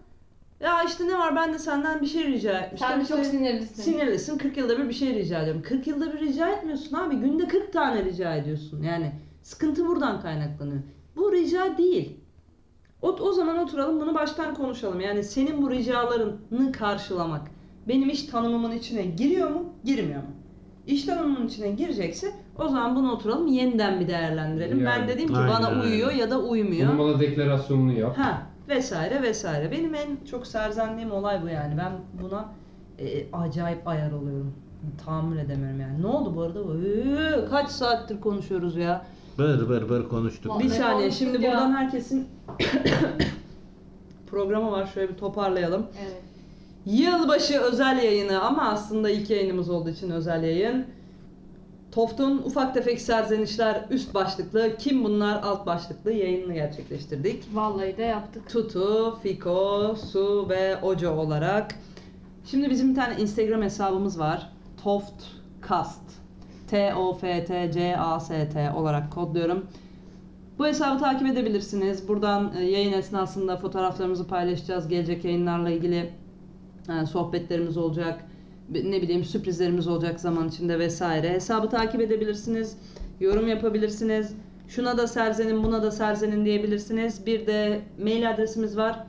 [SPEAKER 2] ya işte ne var ben de senden bir şey rica etmiştim.
[SPEAKER 3] Sen de çok
[SPEAKER 2] İşte-
[SPEAKER 3] sinirlisin.
[SPEAKER 2] Sinirlisin 40 yılda bir bir şey rica ediyorum. 40 yılda bir rica etmiyorsun abi. Günde 40 tane rica ediyorsun. Yani sıkıntı buradan kaynaklanıyor. Bu rica değil. O, o zaman oturalım bunu baştan konuşalım. Yani senin bu ricalarını karşılamak benim iş tanımımın içine giriyor mu, girmiyor mu? İş tanımımın içine girecekse o zaman bunu oturalım yeniden bir değerlendirelim. Ben
[SPEAKER 4] Yani,
[SPEAKER 2] dedim ki
[SPEAKER 1] aynen
[SPEAKER 2] bana
[SPEAKER 1] öyle.
[SPEAKER 2] uyuyor ya da uymuyor.
[SPEAKER 4] Bunun bana deklarasyonunu yap.
[SPEAKER 2] Ha vesaire vesaire. Benim en çok serzendiğim olay bu yani. Ben buna e, acayip ayar oluyorum. Tahammül edemiyorum yani. Ne oldu bu arada? bu? Ee, kaç saattir konuşuyoruz ya.
[SPEAKER 1] Bır bır bır konuştuk.
[SPEAKER 3] Vallahi.
[SPEAKER 2] Bir
[SPEAKER 1] biz.
[SPEAKER 2] saniye
[SPEAKER 3] konuştuk
[SPEAKER 2] şimdi
[SPEAKER 3] ya.
[SPEAKER 2] buradan herkesin programı var. Şöyle bir toparlayalım.
[SPEAKER 3] Evet.
[SPEAKER 2] Yılbaşı özel yayını ama aslında ilk yayınımız olduğu için özel yayın. Toft'un ufak tefek serzenişler üst başlıklı, kim bunlar alt başlıklı yayınını gerçekleştirdik.
[SPEAKER 3] Vallahi de yaptık.
[SPEAKER 2] Tutu, Fiko, Su ve Oco olarak. Şimdi bizim bir tane Instagram hesabımız var. Toftcast. T-O-F-T-C-A-S-T olarak kodluyorum. Bu hesabı takip edebilirsiniz. Buradan e, yayın esnasında fotoğraflarımızı paylaşacağız. Gelecek yayınlarla ilgili e, sohbetlerimiz olacak. Bi- Ne bileyim sürprizlerimiz olacak zaman içinde vesaire. Hesabı takip edebilirsiniz. Yorum yapabilirsiniz. Şuna da serzenin, buna da serzenin diyebilirsiniz. Bir de mail adresimiz var.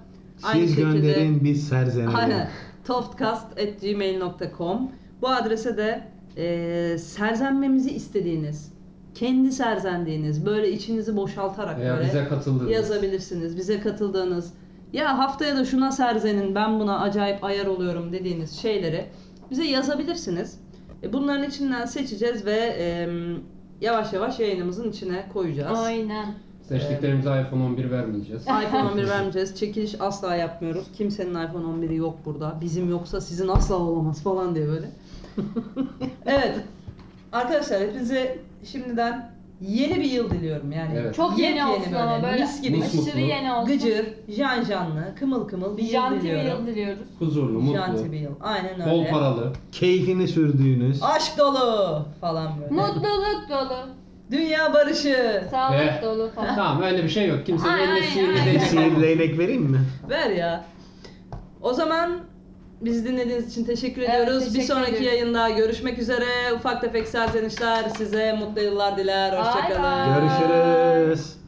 [SPEAKER 1] Siz gönderin biz serzenelim.
[SPEAKER 2] Aynen. toftcast.gmail.com Bu adrese de e, serzenmemizi istediğiniz, kendi serzendiğiniz, böyle içinizi boşaltarak
[SPEAKER 4] Veya
[SPEAKER 2] böyle
[SPEAKER 4] bize katıldınız.
[SPEAKER 2] yazabilirsiniz. Bize katıldığınız, ya haftaya da şuna serzenin, ben buna acayip ayar oluyorum dediğiniz şeyleri bize yazabilirsiniz. E, Bunların içinden seçeceğiz ve e, yavaş yavaş yayınımızın içine koyacağız.
[SPEAKER 3] Aynen.
[SPEAKER 4] Seçtiklerimize iPhone 11 vermeyeceğiz.
[SPEAKER 2] iPhone 11 vermeyeceğiz. Çekiliş asla yapmıyoruz. Kimsenin iPhone 11'i yok burada. Bizim yoksa sizin asla olamaz falan diye böyle. evet. Arkadaşlar hepinize şimdiden yeni bir yıl diliyorum yani.
[SPEAKER 4] Evet.
[SPEAKER 3] Çok yeni
[SPEAKER 2] Yepyeni
[SPEAKER 3] olsun ama böyle
[SPEAKER 2] mis gibi.
[SPEAKER 4] Mis
[SPEAKER 3] aşırı
[SPEAKER 4] mutlu.
[SPEAKER 3] yeni olsun.
[SPEAKER 2] Gıcır, jan janlı, kımıl kımıl bir yıl
[SPEAKER 3] Janti bir
[SPEAKER 2] diliyorum.
[SPEAKER 3] yıl diliyoruz.
[SPEAKER 4] Huzurlu, mutlu,
[SPEAKER 2] Janti bir yıl. Aynen öyle.
[SPEAKER 4] bol paralı.
[SPEAKER 1] Keyfini sürdüğünüz.
[SPEAKER 2] Aşk dolu falan böyle.
[SPEAKER 3] Mutluluk dolu,
[SPEAKER 2] Dünya barışı.
[SPEAKER 3] sağlık
[SPEAKER 4] Ve-
[SPEAKER 3] dolu falan.
[SPEAKER 4] Tamam öyle bir şey yok. Kimsenin
[SPEAKER 3] Ay,
[SPEAKER 4] eline
[SPEAKER 3] ay, ay.
[SPEAKER 4] sihirli
[SPEAKER 1] Sihirli
[SPEAKER 4] değil.
[SPEAKER 1] değnek vereyim mi?
[SPEAKER 2] Ver ya. O zaman bizi dinlediğiniz için teşekkür
[SPEAKER 3] Evet,
[SPEAKER 2] ediyoruz. bir
[SPEAKER 3] teşekkür
[SPEAKER 2] sonraki
[SPEAKER 3] ediyoruz.
[SPEAKER 2] yayında görüşmek üzere. Ufak tefek serzenişler size mutlu yıllar diler.
[SPEAKER 3] Bay
[SPEAKER 2] Hoşçakalın.
[SPEAKER 3] bay.
[SPEAKER 1] Görüşürüz.